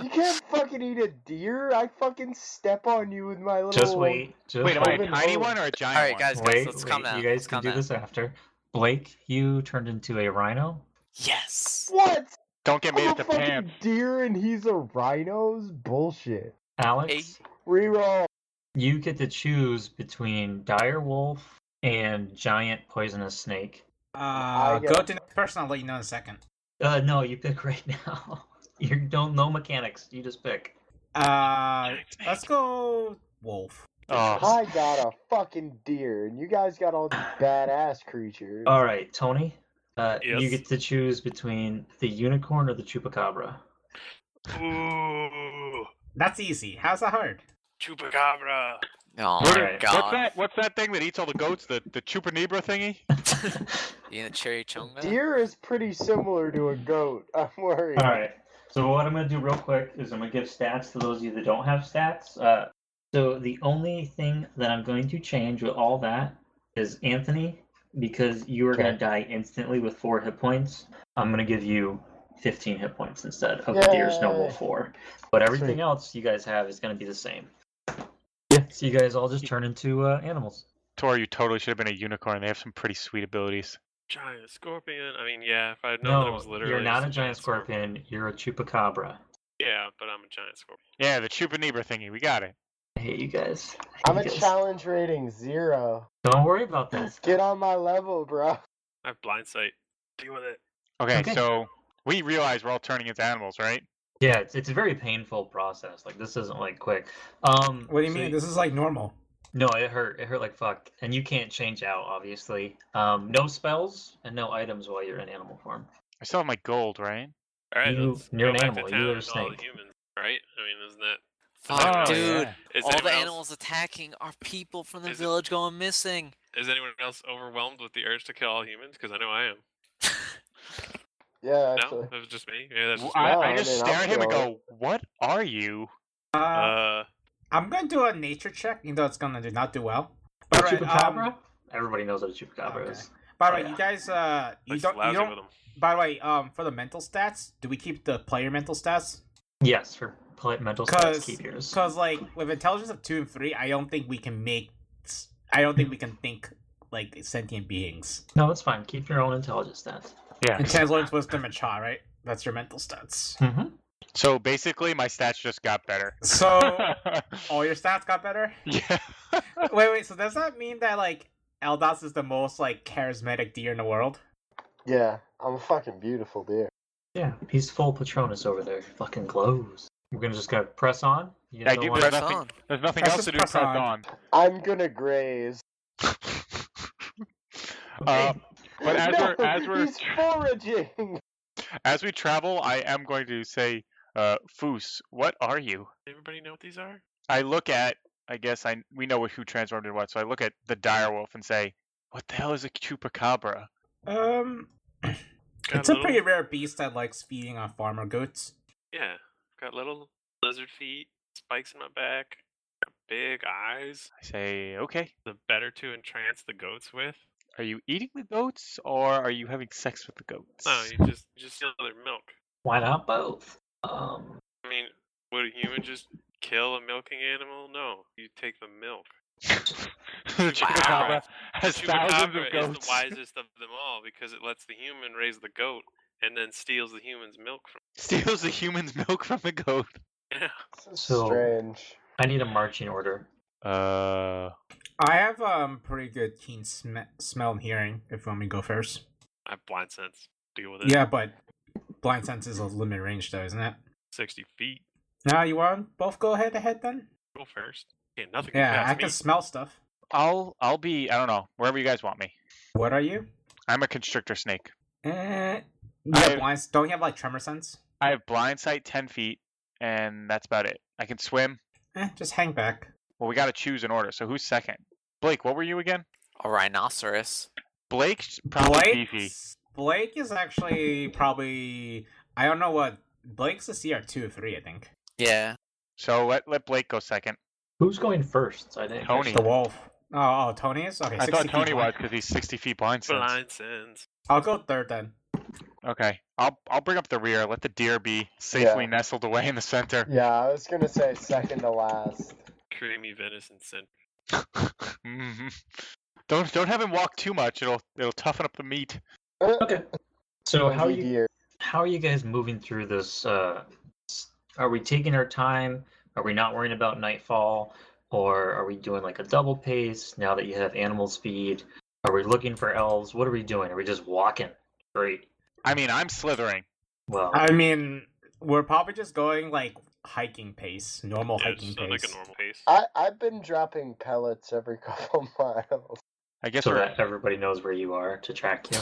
S3: You can't fucking eat a deer. I fucking step on you with my little.
S2: Just wait. Just
S5: Wait, am I
S2: wait.
S5: a
S3: Open
S5: tiny
S3: hole.
S5: one or a giant
S4: All right,
S5: one?
S4: guys,
S2: wait,
S4: let's calm
S2: wait,
S4: down,
S2: You guys
S4: let's
S2: can
S4: calm
S2: do
S4: down.
S2: this after. Blake, you turned into a rhino.
S4: [LAUGHS] Yes.
S3: What?
S5: Don't get made
S3: I'm
S5: at
S3: a
S5: the
S3: Oh, fucking
S5: pants.
S3: deer and he's a rhino's bullshit.
S2: Alex,
S3: Reroll.
S2: you get to choose between dire wolf and giant poisonous snake.
S6: Uh,
S3: get
S6: go
S3: it.
S6: to the next person, I'll let you know in a second.
S2: Uh, no, you pick [LAUGHS] right now. You don't know mechanics. You just pick.
S6: Uh, let's go Wolf.
S5: Oh,
S3: I got a fucking deer, and you guys got all these badass creatures.
S2: All right, Tony. Uh, You
S7: Yes.
S2: get to choose between the unicorn or the chupacabra.
S7: Ooh,
S6: That's easy. How's that hard?
S7: chupacabra.
S4: Oh
S5: What-
S4: my
S2: Alright.
S5: what's
S4: god.
S5: that? What's that thing that eats all the goats? The the chupanibra thingy?
S4: You in a cherry chunga?
S3: Deer is pretty similar to a goat. [LAUGHS] I'm worried.
S2: All right. So what I'm going to do real quick is I'm going to give stats to those of you that don't have stats. Uh, so the only thing that I'm going to change with all that is Anthony, because you are going to die instantly with four hit points. I'm going to give you 15 hit points instead of the Deer's Noble
S3: Yay.
S2: 4. But everything
S3: Sweet.
S2: else you guys have is going to be the same. Yeah. So you guys all just turn into uh, animals.
S5: Tor, you totally should have been a unicorn. They have some pretty sweet abilities.
S7: Giant scorpion. I mean, yeah, if I'd known that it
S2: No,
S7: was literally.
S2: you're not
S7: just
S2: a giant scorpion. You're a chupacabra.
S7: Yeah, but I'm a giant scorpion.
S5: Yeah, the chupanibra thingy. We got it.
S2: I hate you guys. I hate
S3: I'm
S2: you
S3: a
S2: guys.
S3: challenge rating zero.
S2: Don't worry about this.
S3: Get on my level, bro. [LAUGHS]
S7: I have blind sight. Deal with it.
S5: Okay,
S2: Okay.
S5: so we realize we're all turning into animals, right?
S2: Yeah, it's, it's a very painful process. Like this isn't like quick. Um,
S6: What do you
S2: so
S6: mean? This is like normal.
S2: No, it hurt. It hurt like fuck. And you can't change out, obviously. Um, no spells and no items while you're in animal form.
S5: I still have my gold, right?
S7: All right,
S2: You-
S7: let's
S2: you're
S7: go
S2: an
S7: back to
S2: animal,
S7: town
S2: you're a
S7: with all the
S2: snake.
S7: humans, right? I mean, isn't that?
S4: Fuck,
S5: Oh,
S4: dude.
S5: yeah.
S7: Is
S4: All the
S7: anyone else-
S4: animals attacking our people from the
S7: Is it-
S4: village going missing.
S7: Is anyone else overwhelmed with the urge to kill all humans? Because I know I am.
S3: Yeah,
S7: No,
S3: actually.
S7: that was just me. Yeah, that's
S5: W-
S7: just
S5: I,
S3: No,
S5: I
S3: I
S5: just
S3: mean,
S5: stare
S3: I'll
S5: at him and
S3: go.
S5: go, "What are you?"
S6: Uh,
S7: me. Uh,
S6: I'm gonna do a nature check, even though it's gonna do not do well.
S2: A
S6: But right, um,
S2: chupacabra? Everybody knows what a chupacabra
S6: okay.
S2: is.
S6: by the way,
S2: Yeah.
S6: you guys, uh, you
S7: he's
S6: don't, you
S7: lousy
S6: don't.
S7: with 'em.
S6: By the way, um, for the mental stats, do we keep the player mental stats?
S2: Yes, for polite mental
S6: Cause-
S2: stats, keep yours.
S6: Because like with intelligence of two and three, I don't think we can make. I don't think we can think like sentient beings.
S2: No, that's fine. Keep your own intelligence stats.
S5: Yeah.
S6: Intelligence, wisdom, and cha, right? That's your mental stats.
S2: Mm-hmm.
S5: So basically, my stats just got better. [LAUGHS]
S6: So all your stats got better.
S5: yeah.
S6: Wait, wait. So does that mean that like Eldas is the most like charismatic deer in the world?
S3: Yeah, I'm a fucking beautiful deer.
S2: Yeah, he's full Patronus over there. Fucking glows. We're gonna just gotta press on. You
S5: Yeah,
S2: don't
S5: do
S2: wanna-
S5: press
S4: Press
S5: nothing.
S4: on.
S5: There's nothing
S6: Press
S5: else to do.
S6: just press
S5: Press
S6: on.
S5: on.
S3: I'm gonna graze.
S5: Uh, but as
S3: No, [LAUGHS]
S5: [LAUGHS] Um, we're as we're [LAUGHS]
S3: he's foraging.
S5: As we travel, I am going to say, uh, Foos, what are you?
S7: Everybody know what these are?
S5: I look at, I guess I we know who transformed into what, so I look at the direwolf and say, what the hell is a chupacabra?
S6: Um, [CLEARS THROAT]
S7: Got
S6: it's a
S7: little-
S6: pretty rare beast that likes feeding on farmer goats.
S7: Yeah, got little lizard feet, spikes in my back, got big eyes.
S5: I say, okay.
S7: The better to entrance the goats with.
S5: Are you eating the goats or are you having sex with the goats? [LAUGHS]
S7: No, you just you just steal their milk.
S2: Why not both? Um,
S7: I mean, would a human just kill a milking animal? No, you take the milk.
S5: the chupacabra
S7: [LAUGHS] Chupacabra.
S5: has thousands
S7: Chupacabra
S5: of
S7: is the
S5: goats. [LAUGHS]
S7: wisest of them all because it lets the human raise the goat and then steals the human's milk from.
S5: Steals the human's milk from the goat.
S7: Yeah.
S2: So-
S3: strange.
S2: I need a marching order.
S5: Uh,
S6: I have um pretty good keen sm- smell and hearing. If you want me to go first,
S7: I have blind sense. Deal with it.
S6: yeah, but blind sense is of limited range, though, isn't it?
S7: Sixty feet.
S6: Now you want both go ahead ahead then?
S7: Go first. Yeah, nothing can
S6: Yeah,
S7: pass
S6: I
S7: me.
S6: can smell stuff.
S5: I'll I'll be I don't know wherever you guys want me.
S6: What are you?
S5: I'm a constrictor snake.
S6: Eh, yeah,
S5: I-
S6: blind. Don't you have like tremor sense?
S5: I have blind sight ten feet, and that's about it. I can swim.
S6: Eh, just hang back.
S5: Well, we got to choose an order. So who's second? Blake, what were you again?
S4: A rhinoceros.
S5: Blake's probably beefy.
S6: Blake is actually probably I don't know what Blake's a CR two or three, I think.
S4: Yeah.
S5: So let let Blake go second.
S2: Who's going first? I think.
S5: Tony.
S6: The wolf. Oh, oh Tony is okay.
S5: I
S6: 60
S5: thought
S6: feet
S5: Tony was
S6: wide.
S5: because he's sixty feet blind. sense.
S7: Blind sense.
S6: I'll go third then.
S5: Okay, I'll I'll bring up the rear. Let the deer be safely nestled away in the center.
S3: Yeah, I was gonna say second to last.
S7: Creamy venison scent.
S5: [LAUGHS] Mhm. Don't don't have him walk too much. It'll it'll toughen up the meat.
S2: Okay. So how are you
S3: Deer.
S2: how are you guys moving through this? Uh, s- are we taking our time? Are we not worrying about nightfall? Or are we doing like a double pace now that you have animal speed? Are we looking for elves? What are we doing? Are we just walking? Great.
S5: I mean, I'm slithering.
S2: Well,
S6: I mean, we're probably just going like hiking pace, normal
S7: Yeah,
S6: hiking
S7: just on, like a
S6: pace.
S7: normal pace.
S3: I I've been dropping pellets every [LAUGHS] couple miles.
S5: I guess
S2: so
S5: we're
S2: that everybody knows where you are to track you.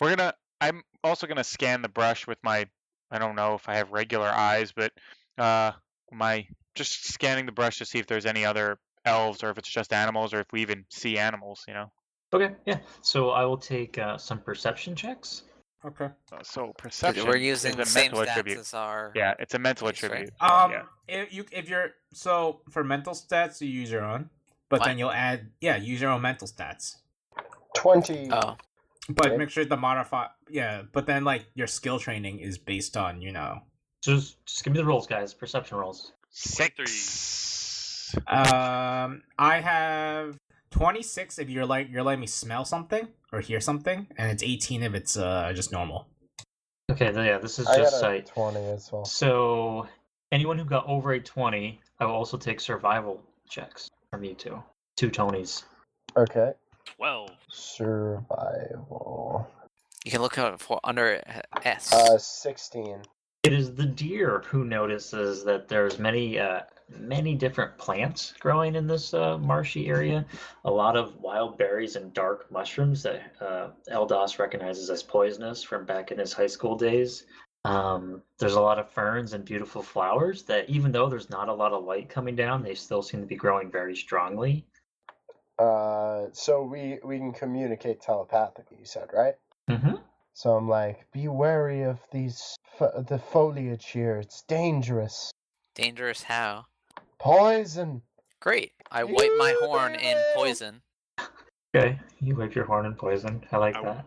S5: We're gonna. I'm also gonna scan the brush with my. I don't know if I have regular eyes, but uh, my just scanning the brush to see if there's any other elves or if it's just animals or if we even see animals. You know.
S2: Okay, yeah. So I will take uh, some perception checks.
S6: Okay.
S5: Uh, So perception.
S4: We're
S5: is
S4: using
S5: a
S4: the same
S5: mental
S4: stats
S5: attribute.
S4: as our.
S5: Yeah, it's a mental
S4: Yes, right.
S5: attribute.
S6: Um,
S5: yeah.
S6: if you if you're so for mental stats, you use your own, but
S4: What?
S6: then you'll add yeah, use your own mental stats.
S3: Twenty.
S4: Oh.
S6: But
S3: Okay.
S6: make sure the modify yeah, but then like your skill training is based on you know
S2: So just, just give me the rolls, guys. Perception rolls.
S5: Six.
S6: Um, I have twenty six if you're like you're letting me smell something or hear something, and it's eighteen if it's uh just normal.
S2: Okay, th- yeah, this is
S3: I got
S2: just
S3: a
S2: sight.
S3: twenty as well.
S2: So anyone who got over a 20, I will also take survival checks from you two. Two Tonys.
S3: Okay.
S7: Twelve.
S3: Survival.
S4: You can look up for under S.
S3: Uh, sixteen.
S2: It is the deer who notices that there's many, uh, many different plants growing in this uh, marshy area. A lot of wild berries and dark mushrooms that uh, Eldos recognizes as poisonous from back in his high school days. Um, there's a lot of ferns and beautiful flowers that, even though there's not a lot of light coming down, they still seem to be growing very strongly.
S3: Uh, so we we can communicate telepathically. You said right.
S2: Mm-hmm.
S3: So I'm like, be wary of these f- the foliage here. It's dangerous.
S4: Dangerous how?
S3: Poison.
S4: Great. I wipe my
S3: You
S4: horn in
S3: devil!
S4: poison.
S2: Okay, you wipe your horn in poison. I like
S7: I-
S2: that.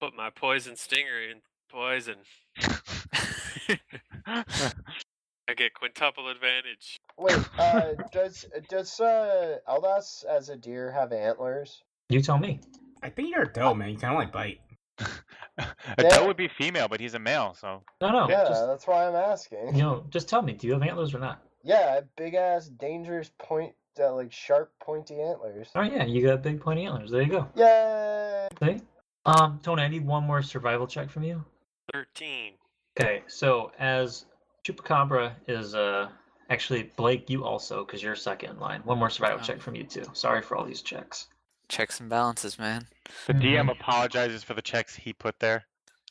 S7: Put my poison stinger in poison.
S5: [LAUGHS]
S7: I get quintuple advantage.
S3: Wait. Uh, does does uh Eldas as a deer have antlers?
S2: You tell me.
S6: I think you're a doe, man. You can only bite.
S5: Adele would be female, but he's a male, so
S2: No, no,
S3: yeah,
S2: Oh, just
S3: that's why I'm asking.
S2: you know, just tell me. Do you have antlers or not?
S3: Yeah, big ass, dangerous point, uh, like sharp, pointy antlers.
S2: Oh yeah, you got big pointy antlers. There you go.
S3: Yeah.
S2: See? Um, Tony, I need one more survival check from you.
S7: Thirteen.
S2: Okay, so as Chupacabra is uh actually Blake, you also because you're second in line. One more survival check from you too. Sorry for all these checks.
S4: Checks and balances, man.
S5: the DM apologizes for the checks he put there.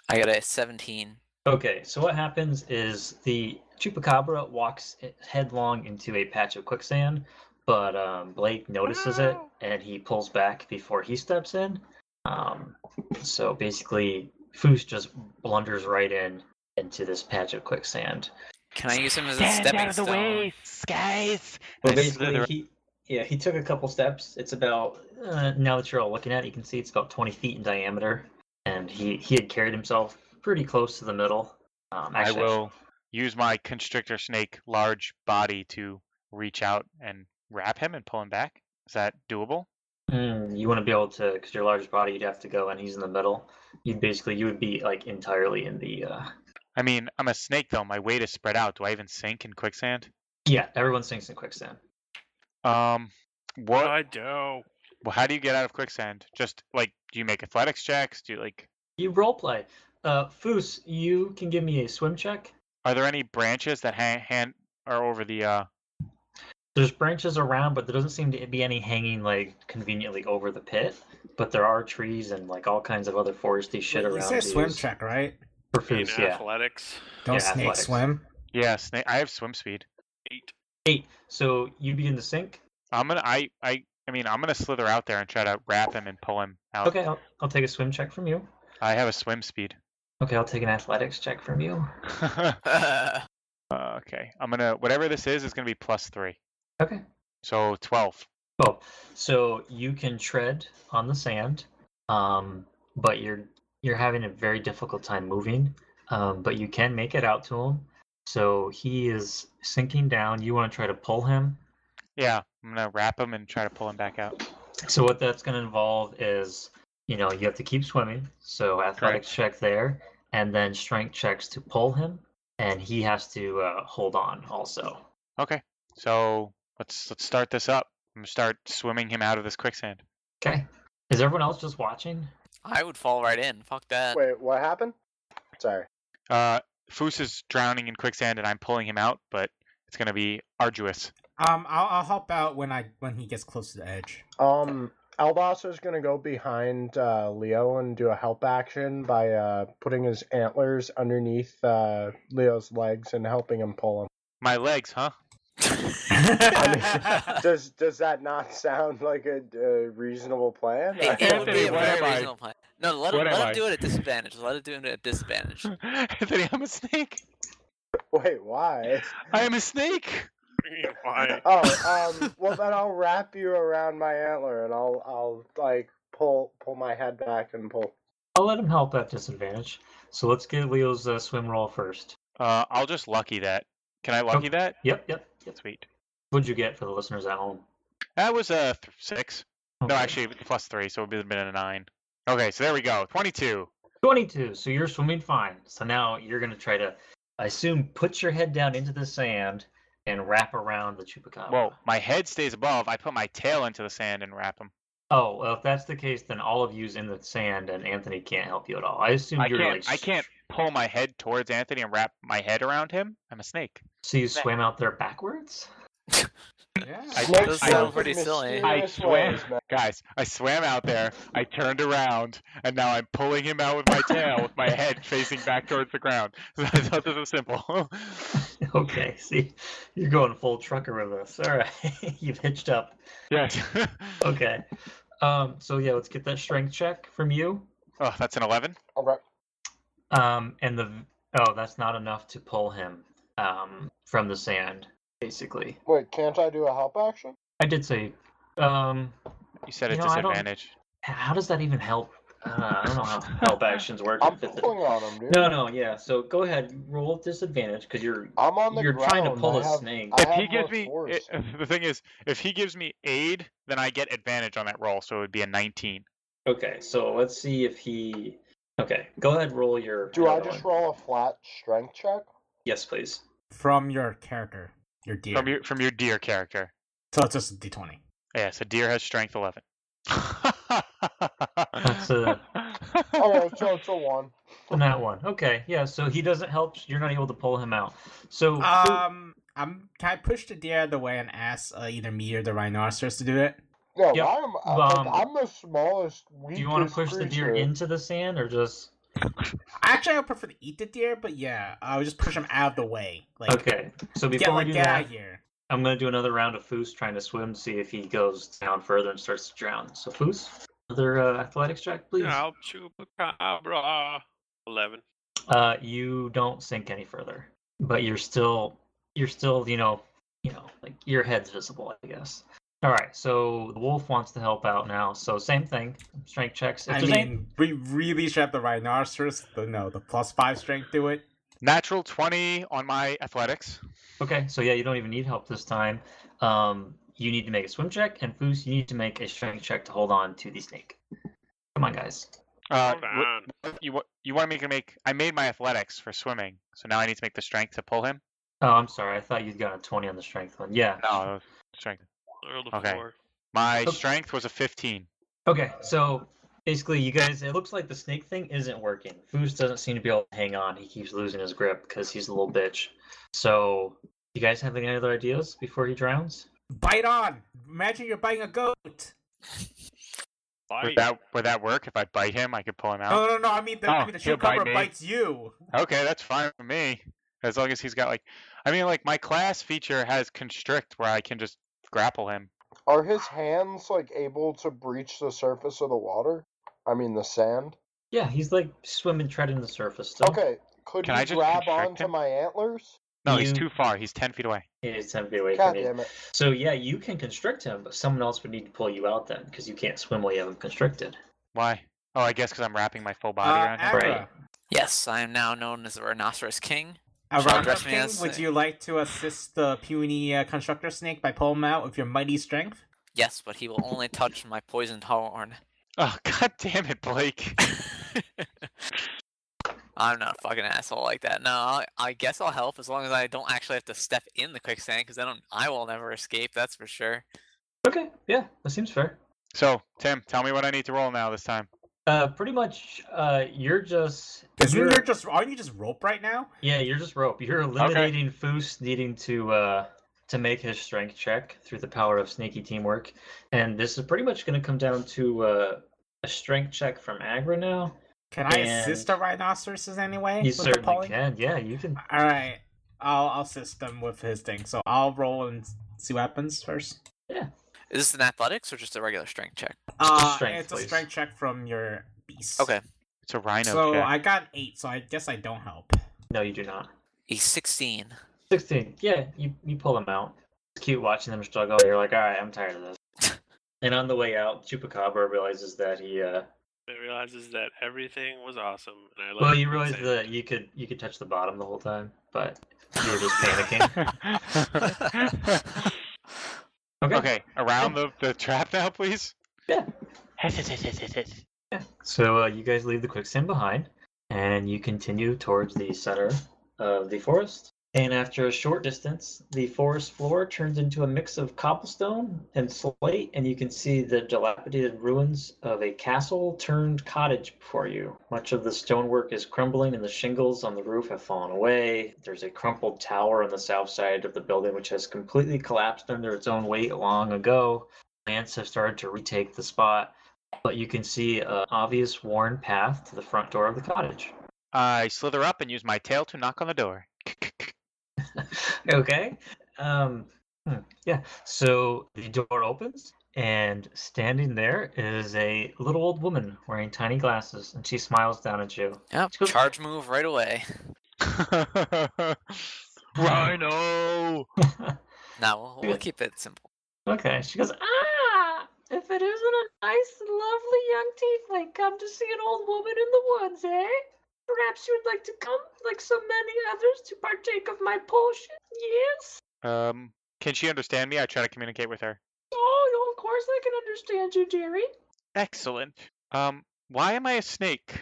S4: I got a 17.
S2: Okay, so what happens is the chupacabra walks i- headlong into a patch of quicksand, but um, Blake notices it
S7: No.
S2: and he pulls back before he steps in. Um, so basically, Foose just blunders right in into this patch of quicksand.
S4: Can I use him as a stepping stone?
S5: guys.
S2: But
S5: I
S2: basically,
S5: slither-
S2: he yeah he took a couple steps. It's about uh, now that you're all looking at it, you can see it's about 20 feet in diameter, and he he had carried himself pretty close to the middle. Um,
S5: I
S2: actually,
S5: will use my constrictor snake large body to reach out and wrap him and pull him back. Is that doable?
S2: Mm, you wouldn't be able to because your large body. You'd have to go, and he's in the middle. You'd basically you would be like entirely in the. uh
S5: I mean, I'm a snake though. My weight is spread out. Do I even sink in quicksand?
S2: Yeah, everyone sinks in quicksand.
S5: Um, what?
S7: I do.
S5: Well, how do you get out of quicksand? Just like, do you make athletics checks? Do you like?
S2: You roleplay. Uh, Foos, you can give me a swim check.
S5: Are there any branches that hang, hand are over the? uh
S2: There's branches around, but there doesn't seem to be any hanging like conveniently over the pit. But there are trees and like all kinds of other foresty shit
S6: You
S2: around.
S6: said swim
S2: these.
S6: check, right?
S2: for
S7: In
S2: Foos, yeah.
S7: athletics,
S6: Don't
S2: Yeah,
S6: snake
S2: athletics.
S6: swim.
S5: Yeah, snake. I have swim speed.
S7: eight.
S2: Eight. So you begin to sink.
S5: I'm gonna. I. I. I mean, I'm gonna slither out there and try to wrap him and pull him out.
S2: Okay, I'll, I'll take a swim check from you.
S5: I have a swim speed. [LAUGHS]
S2: Okay, I'll take an athletics check from you.
S5: Uh, okay. I'm gonna. Whatever this is is gonna be plus three.
S2: Okay.
S5: So twelve.
S2: Oh, so you can tread on the sand, um, but you're you're having a very difficult time moving. Um, but you can make it out to him. So he is sinking down. You want to try to pull him.
S5: Yeah. I'm gonna wrap him and try to pull him back out.
S2: So what that's going to involve is, you know, you have to keep swimming. So athletics check there, and then strength checks to pull him, and he has to uh, hold on also.
S5: Okay. So let's let's start this up. I'm gonna start swimming him out of this quicksand.
S2: Okay. Is everyone else just watching?
S4: [LAUGHS] I would fall right in. Fuck that.
S3: Wait, what happened? Sorry.
S5: Uh, Foos is drowning in quicksand, and I'm pulling him out, but it's gonna be arduous.
S6: Um, I'll, I'll help out when I when he gets close to the edge.
S3: Um, Albasser's gonna go behind uh, Leo and do a help action by uh, putting his antlers underneath uh, Leo's legs and helping him pull
S4: [LAUGHS]
S3: him.
S5: My legs, huh? [LAUGHS]
S3: I Does does that not sound like a, a reasonable plan?
S4: [LAUGHS] It- it would
S3: [LAUGHS]
S4: be
S5: Anthony,
S4: a
S5: what
S4: very
S5: am I?
S4: reasonable plan. No, let him,
S5: What am
S4: let
S5: I?
S4: him do it at disadvantage. Let him do it at
S5: [LAUGHS]
S4: disadvantage.
S5: Anthony, I'm a snake.
S3: Wait, why?
S5: I am a snake. [LAUGHS]
S7: I mean, Why?
S3: Oh, um, well then I'll wrap you around my antler and I'll I'll like pull pull my head back and pull.
S2: I'll let him help at disadvantage. So let's get Leo's uh, swim roll first.
S5: Uh, I'll just lucky that. Can I lucky that?
S2: Yep, yep, Oh. yep.
S5: Sweet.
S2: What'd you get for the listeners at home?
S5: That was a th- six. No,
S2: Okay.
S5: actually plus three, so it would have been a nine. Okay, so there we go. Twenty-two.
S2: 22. So you're swimming fine. So now you're going to try to, I assume, put your head down into the sand and wrap around the chupacabra.
S5: Whoa, my head stays above. I put my tail into the sand and wrap him.
S2: Oh, well, if that's the case, then all of you's in the sand and Anthony can't help you at all. I assume
S5: I
S2: you're
S5: can't.
S2: like.
S5: I can't pull my head towards Anthony and wrap my head around him. I'm a snake.
S2: So you swam out there backwards? [LAUGHS]
S6: yeah.
S5: I-
S3: Snakes
S5: does
S3: move
S5: sound
S3: in
S4: pretty silly.
S5: I
S3: mysterious
S5: swear.
S3: ways, man.
S5: Guys, I swam out there, I turned around, and now I'm pulling him out with my tail, with my head facing back towards the ground. [LAUGHS] I thought this was simple. [LAUGHS]
S2: okay, see, you're going full trucker with this. All right. [LAUGHS] You've hitched up.
S5: yes. [LAUGHS]
S2: Okay. Um, so yeah, let's get that strength check from you.
S5: oh, that's an 11?
S3: Okay.
S2: Um, and the oh, that's not enough to pull him um from the sand, basically.
S3: Wait, can't I do a help action?
S2: I did say, um,
S5: You said
S2: You
S5: a
S2: know, I don't-
S5: disadvantage.
S2: h- how does that even help? Uh, I don't know how help actions work.
S3: I'm
S2: If it-
S3: pulling on him, dude.
S2: No, no, yeah. So go ahead, roll disadvantage because you're
S3: I'm on the
S2: you're
S3: ground.
S2: trying to pull
S3: I
S2: a
S3: have-
S2: snake.
S3: I
S5: If he
S3: have
S5: gives
S3: no
S5: me,
S3: force.
S2: uh,
S5: i- [LAUGHS] the thing is, if he gives me aid, then I get advantage on that roll, so it would be a 19.
S2: Okay, so let's see if he. Okay, go ahead, roll your.
S3: Do I
S2: another
S3: just
S2: one.
S3: roll a flat strength check?
S2: Yes, please.
S6: From your character, your deer.
S5: From your from your deer character.
S6: So it's just a d twenty.
S5: Yeah, so deer has strength 11.
S2: a-
S3: All right, so Oh, it's a one.
S2: On that one. Okay, yeah. So he doesn't help. You're not able to pull him out. So
S6: Um, I'm. Can I push the deer out of the way and ask uh, either me or the rhinoceros to do it?
S3: Yeah,
S2: Yep.
S3: I'm, I'm, like,
S2: Um,
S3: I'm the smallest.
S2: Do you want to
S3: weakest
S2: push the deer
S3: creature.
S2: into the sand or just
S6: Actually, I would prefer to eat the deer, but yeah, I would just push him out of the way. Like,
S2: Okay, so
S6: get
S2: before
S6: like
S2: we do
S6: get out
S2: that,
S6: of here.
S2: I'm gonna do another round of Foos trying to swim to see if he goes down further and starts to drown. So Foos, another uh, athletics check, please.
S7: I'll chupacabra. Eleven.
S2: Uh, you don't sink any further, but you're still, you're still, you know, you know, like your head's visible, I guess. All right, so the wolf wants to help out now. So same thing, strength checks. If
S6: I
S2: there's any-
S6: mean, we really should have the rhinoceros. The, no, the plus five strength to it.
S5: [LAUGHS] Natural 20 on my athletics.
S2: Okay, so yeah, you don't even need help this time. Um, you need to make a swim check, and Foos, you need to make a strength check to hold on to the snake. Come on, guys.
S5: Uh,
S7: Hold
S5: wh-
S7: on.
S5: you wa- you want me to make? I made my athletics for swimming, so now I need to make the strength to pull him.
S2: Oh, I'm sorry. I thought you'd gotten a 20 on the strength one. Yeah.
S5: No, strength.
S7: I rolled a
S5: Okay.
S7: four.
S5: My
S2: Okay.
S5: strength was a 15.
S2: Okay, so basically, you guys, it looks like the snake thing isn't working. Foos doesn't seem to be able to hang on. He keeps losing his grip because he's a little bitch. So, you guys have any other ideas before he drowns?
S6: Bite on. Imagine you're biting a goat.
S5: Would
S7: Bite.
S5: that would that work? If I bite him, I could pull him
S6: No,
S5: out.
S6: no, no. I mean, the, I
S5: Oh,
S6: mean, the
S5: he'll bite
S6: cucumber
S5: me.
S6: bites you.
S5: Okay, that's fine for me, as long as he's got like. I mean, like my class feature has constrict, where I can just grapple him.
S3: Are his hands like able to breach the surface of the water? I mean the sand.
S2: Yeah, he's like swimming, treading the surface still.
S3: Okay, could
S5: Can
S3: you
S5: I just
S3: grab
S5: constrict
S3: onto
S5: him?
S3: my antlers?
S5: No, he's
S2: You-
S5: too far. He's 10 feet away.
S2: He needs time to be away
S3: God
S2: from you.
S3: damn it!
S2: So yeah, you can constrict him, but someone else would need to pull you out then, because you can't swim while you have him constricted.
S5: Why? Oh, I guess because I'm wrapping my full
S6: Uh,
S5: body around him.
S2: Right.
S6: Agra,
S4: Yes, I am now known as the Rhinoceros King.
S6: a
S4: Shall I
S6: rhino
S4: dress me
S6: king,
S4: as
S6: would
S4: a-
S6: you like to assist the puny uh, constructor snake by pulling him out with your mighty strength?
S4: Yes, but he will only touch my poisoned horn.
S5: [LAUGHS] Oh, god damn it, Blake.
S4: [LAUGHS] I'm not a fucking asshole like that. No, I, I guess I'll help as long as I don't actually have to step in the quicksand because then I'm- I will never escape. That's for sure.
S2: Okay, yeah, that seems fair.
S5: So, Tim, tell me what I need to roll now this time.
S2: Uh, pretty much, uh, you're just
S6: Because
S2: you're-
S6: you're just aren't you just rope right now?
S2: yeah, you're just rope. You're eliminating Foos needing to uh to make his strength check through the power of sneaky teamwork, and this is pretty much going to come down to uh, a strength check from Agra now.
S6: Can I
S2: And-
S6: assist the rhinoceroses anyway?
S2: You
S6: with the
S2: certainly
S6: pulling?
S2: can. Yeah, you can.
S6: All right, I'll I'll assist him with his thing. So I'll roll and see what happens first.
S4: Is this an athletics or just a regular strength check?
S6: Uh,
S2: strength,
S6: it's a
S2: please.
S6: strength check from your beast.
S4: Okay.
S5: It's a rhino
S6: So
S5: check.
S6: I got an eight, so I guess I don't help.
S2: No, you do not.
S4: A 16.
S2: 16. Yeah, you, you pull them out. It's cute watching them struggle. You're like, all right, I'm tired of this. [LAUGHS] and on the way out, Chupacabra realizes that he. uh
S7: It realizes that everything was awesome, and I love
S2: Well,
S7: it
S2: you
S7: the
S2: realize
S7: same.
S2: that you could you could touch the bottom the whole time, but you were just panicking. [LAUGHS]
S5: [LAUGHS]
S2: Okay.
S5: okay, around the, the trap now, please.
S2: Yeah.
S5: okay,
S2: So uh, you guys leave the quicksand behind, and you continue towards the center of the forest. And after a short distance, the forest floor turns into a mix of cobblestone and slate, and you can see the dilapidated ruins of a castle turned cottage before you. Much of the stonework is crumbling, and the shingles on the roof have fallen away. There's a crumpled tower on the south side of the building, which has completely collapsed under its own weight long ago. Plants have started to retake the spot but you can see an obvious worn path to the front door of the cottage.
S5: I slither up and use my tail to knock on the door. [LAUGHS]
S2: okay. Um, hmm, yeah. So the door opens, and standing there is a little old woman wearing tiny glasses, and she smiles down at you. [LAUGHS]
S4: Yep.
S2: Cool.
S4: Charge move right away.
S5: rhino!
S4: No, we'll, we'll
S2: Good.
S4: keep it simple.
S2: okay. She goes, Ah! If it isn't a nice, lovely young tiefling come to see an old woman in the woods, eh? Perhaps you would like to come, like so many others, to partake of my potion, yes?
S5: Um, can she understand me? I try to communicate with her.
S2: Oh, of course I can understand you, dearie.
S5: Excellent. Um, why am I a snake?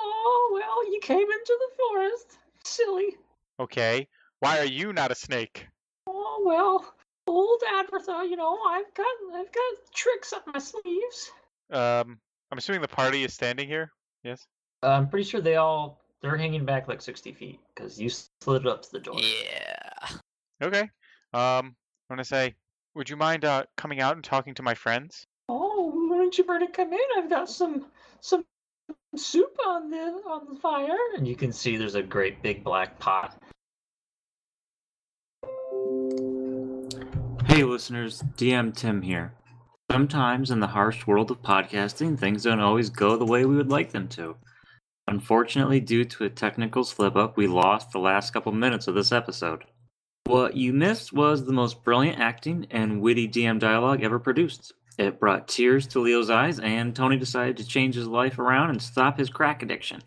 S2: Oh, well, you came into the forest. Silly.
S5: Okay. Why are you not a snake?
S2: Oh, well, old advertise, you know, I've got, I've got tricks up my sleeves.
S5: Um, I'm assuming the party is standing here. Yes.
S2: Uh, I'm pretty sure they all, they're hanging back like 60 feet because you slid up to the door.
S4: Yeah.
S5: Okay. Um, I'm gonna say, would you mind uh coming out and talking to my friends?
S2: Oh, wouldn't you better come in? I've got some, some some soup on the on the fire, and you can see there's a great big black pot.
S8: Hey, listeners, DM Tim here. Sometimes in the harsh world of podcasting, things don't always go the way we would like them to. Unfortunately, due to a technical slip up, we lost the last couple minutes of this episode. What you missed was the most brilliant acting and witty DM dialogue ever produced. It brought tears to Leo's eyes, and Tony decided to change his life around and stop his crack addiction.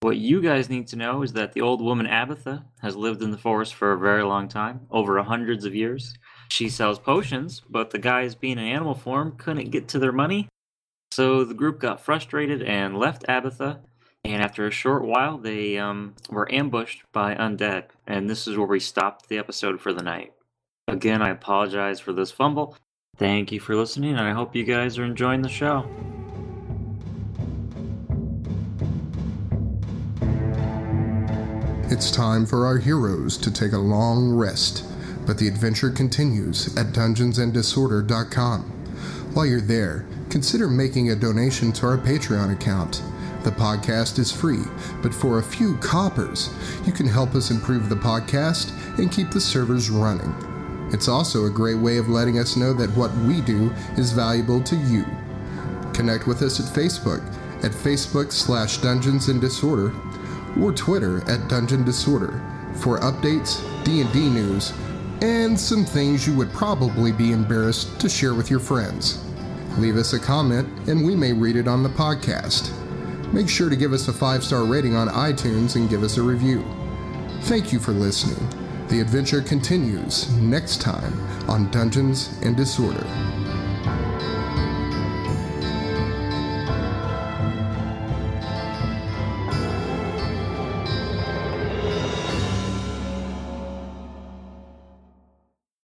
S8: What you guys need to know is that the old woman Abatha has lived in the forest for a very long time, over hundreds of years. She sells potions, but the guys being in animal form couldn't get to their money, so the group got frustrated and left Abatha. And after a short while, they um, were ambushed by undead, and this is where we stopped the episode for the night. Again, I apologize for this fumble. Thank you for listening, and I hope you guys are enjoying the show.
S1: It's time for our heroes to take a long rest, but the adventure continues at dungeonsanddisorder.com. While you're there, consider making a donation to our Patreon account. The podcast is free, but for a few coppers, you can help us improve the podcast and keep the servers running. It's also a great way of letting us know that what we do is valuable to you. Connect with us at Facebook at Facebook slash Dungeons and Disorder or Twitter at Dungeon Disorder for updates, D&D news, and some things you would probably be embarrassed to share with your friends. Leave us a comment and we may read it on the podcast. Make sure to give us a 5-star rating on iTunes and give us a review. Thank you for listening. The adventure continues next time on Dungeons and Disorder.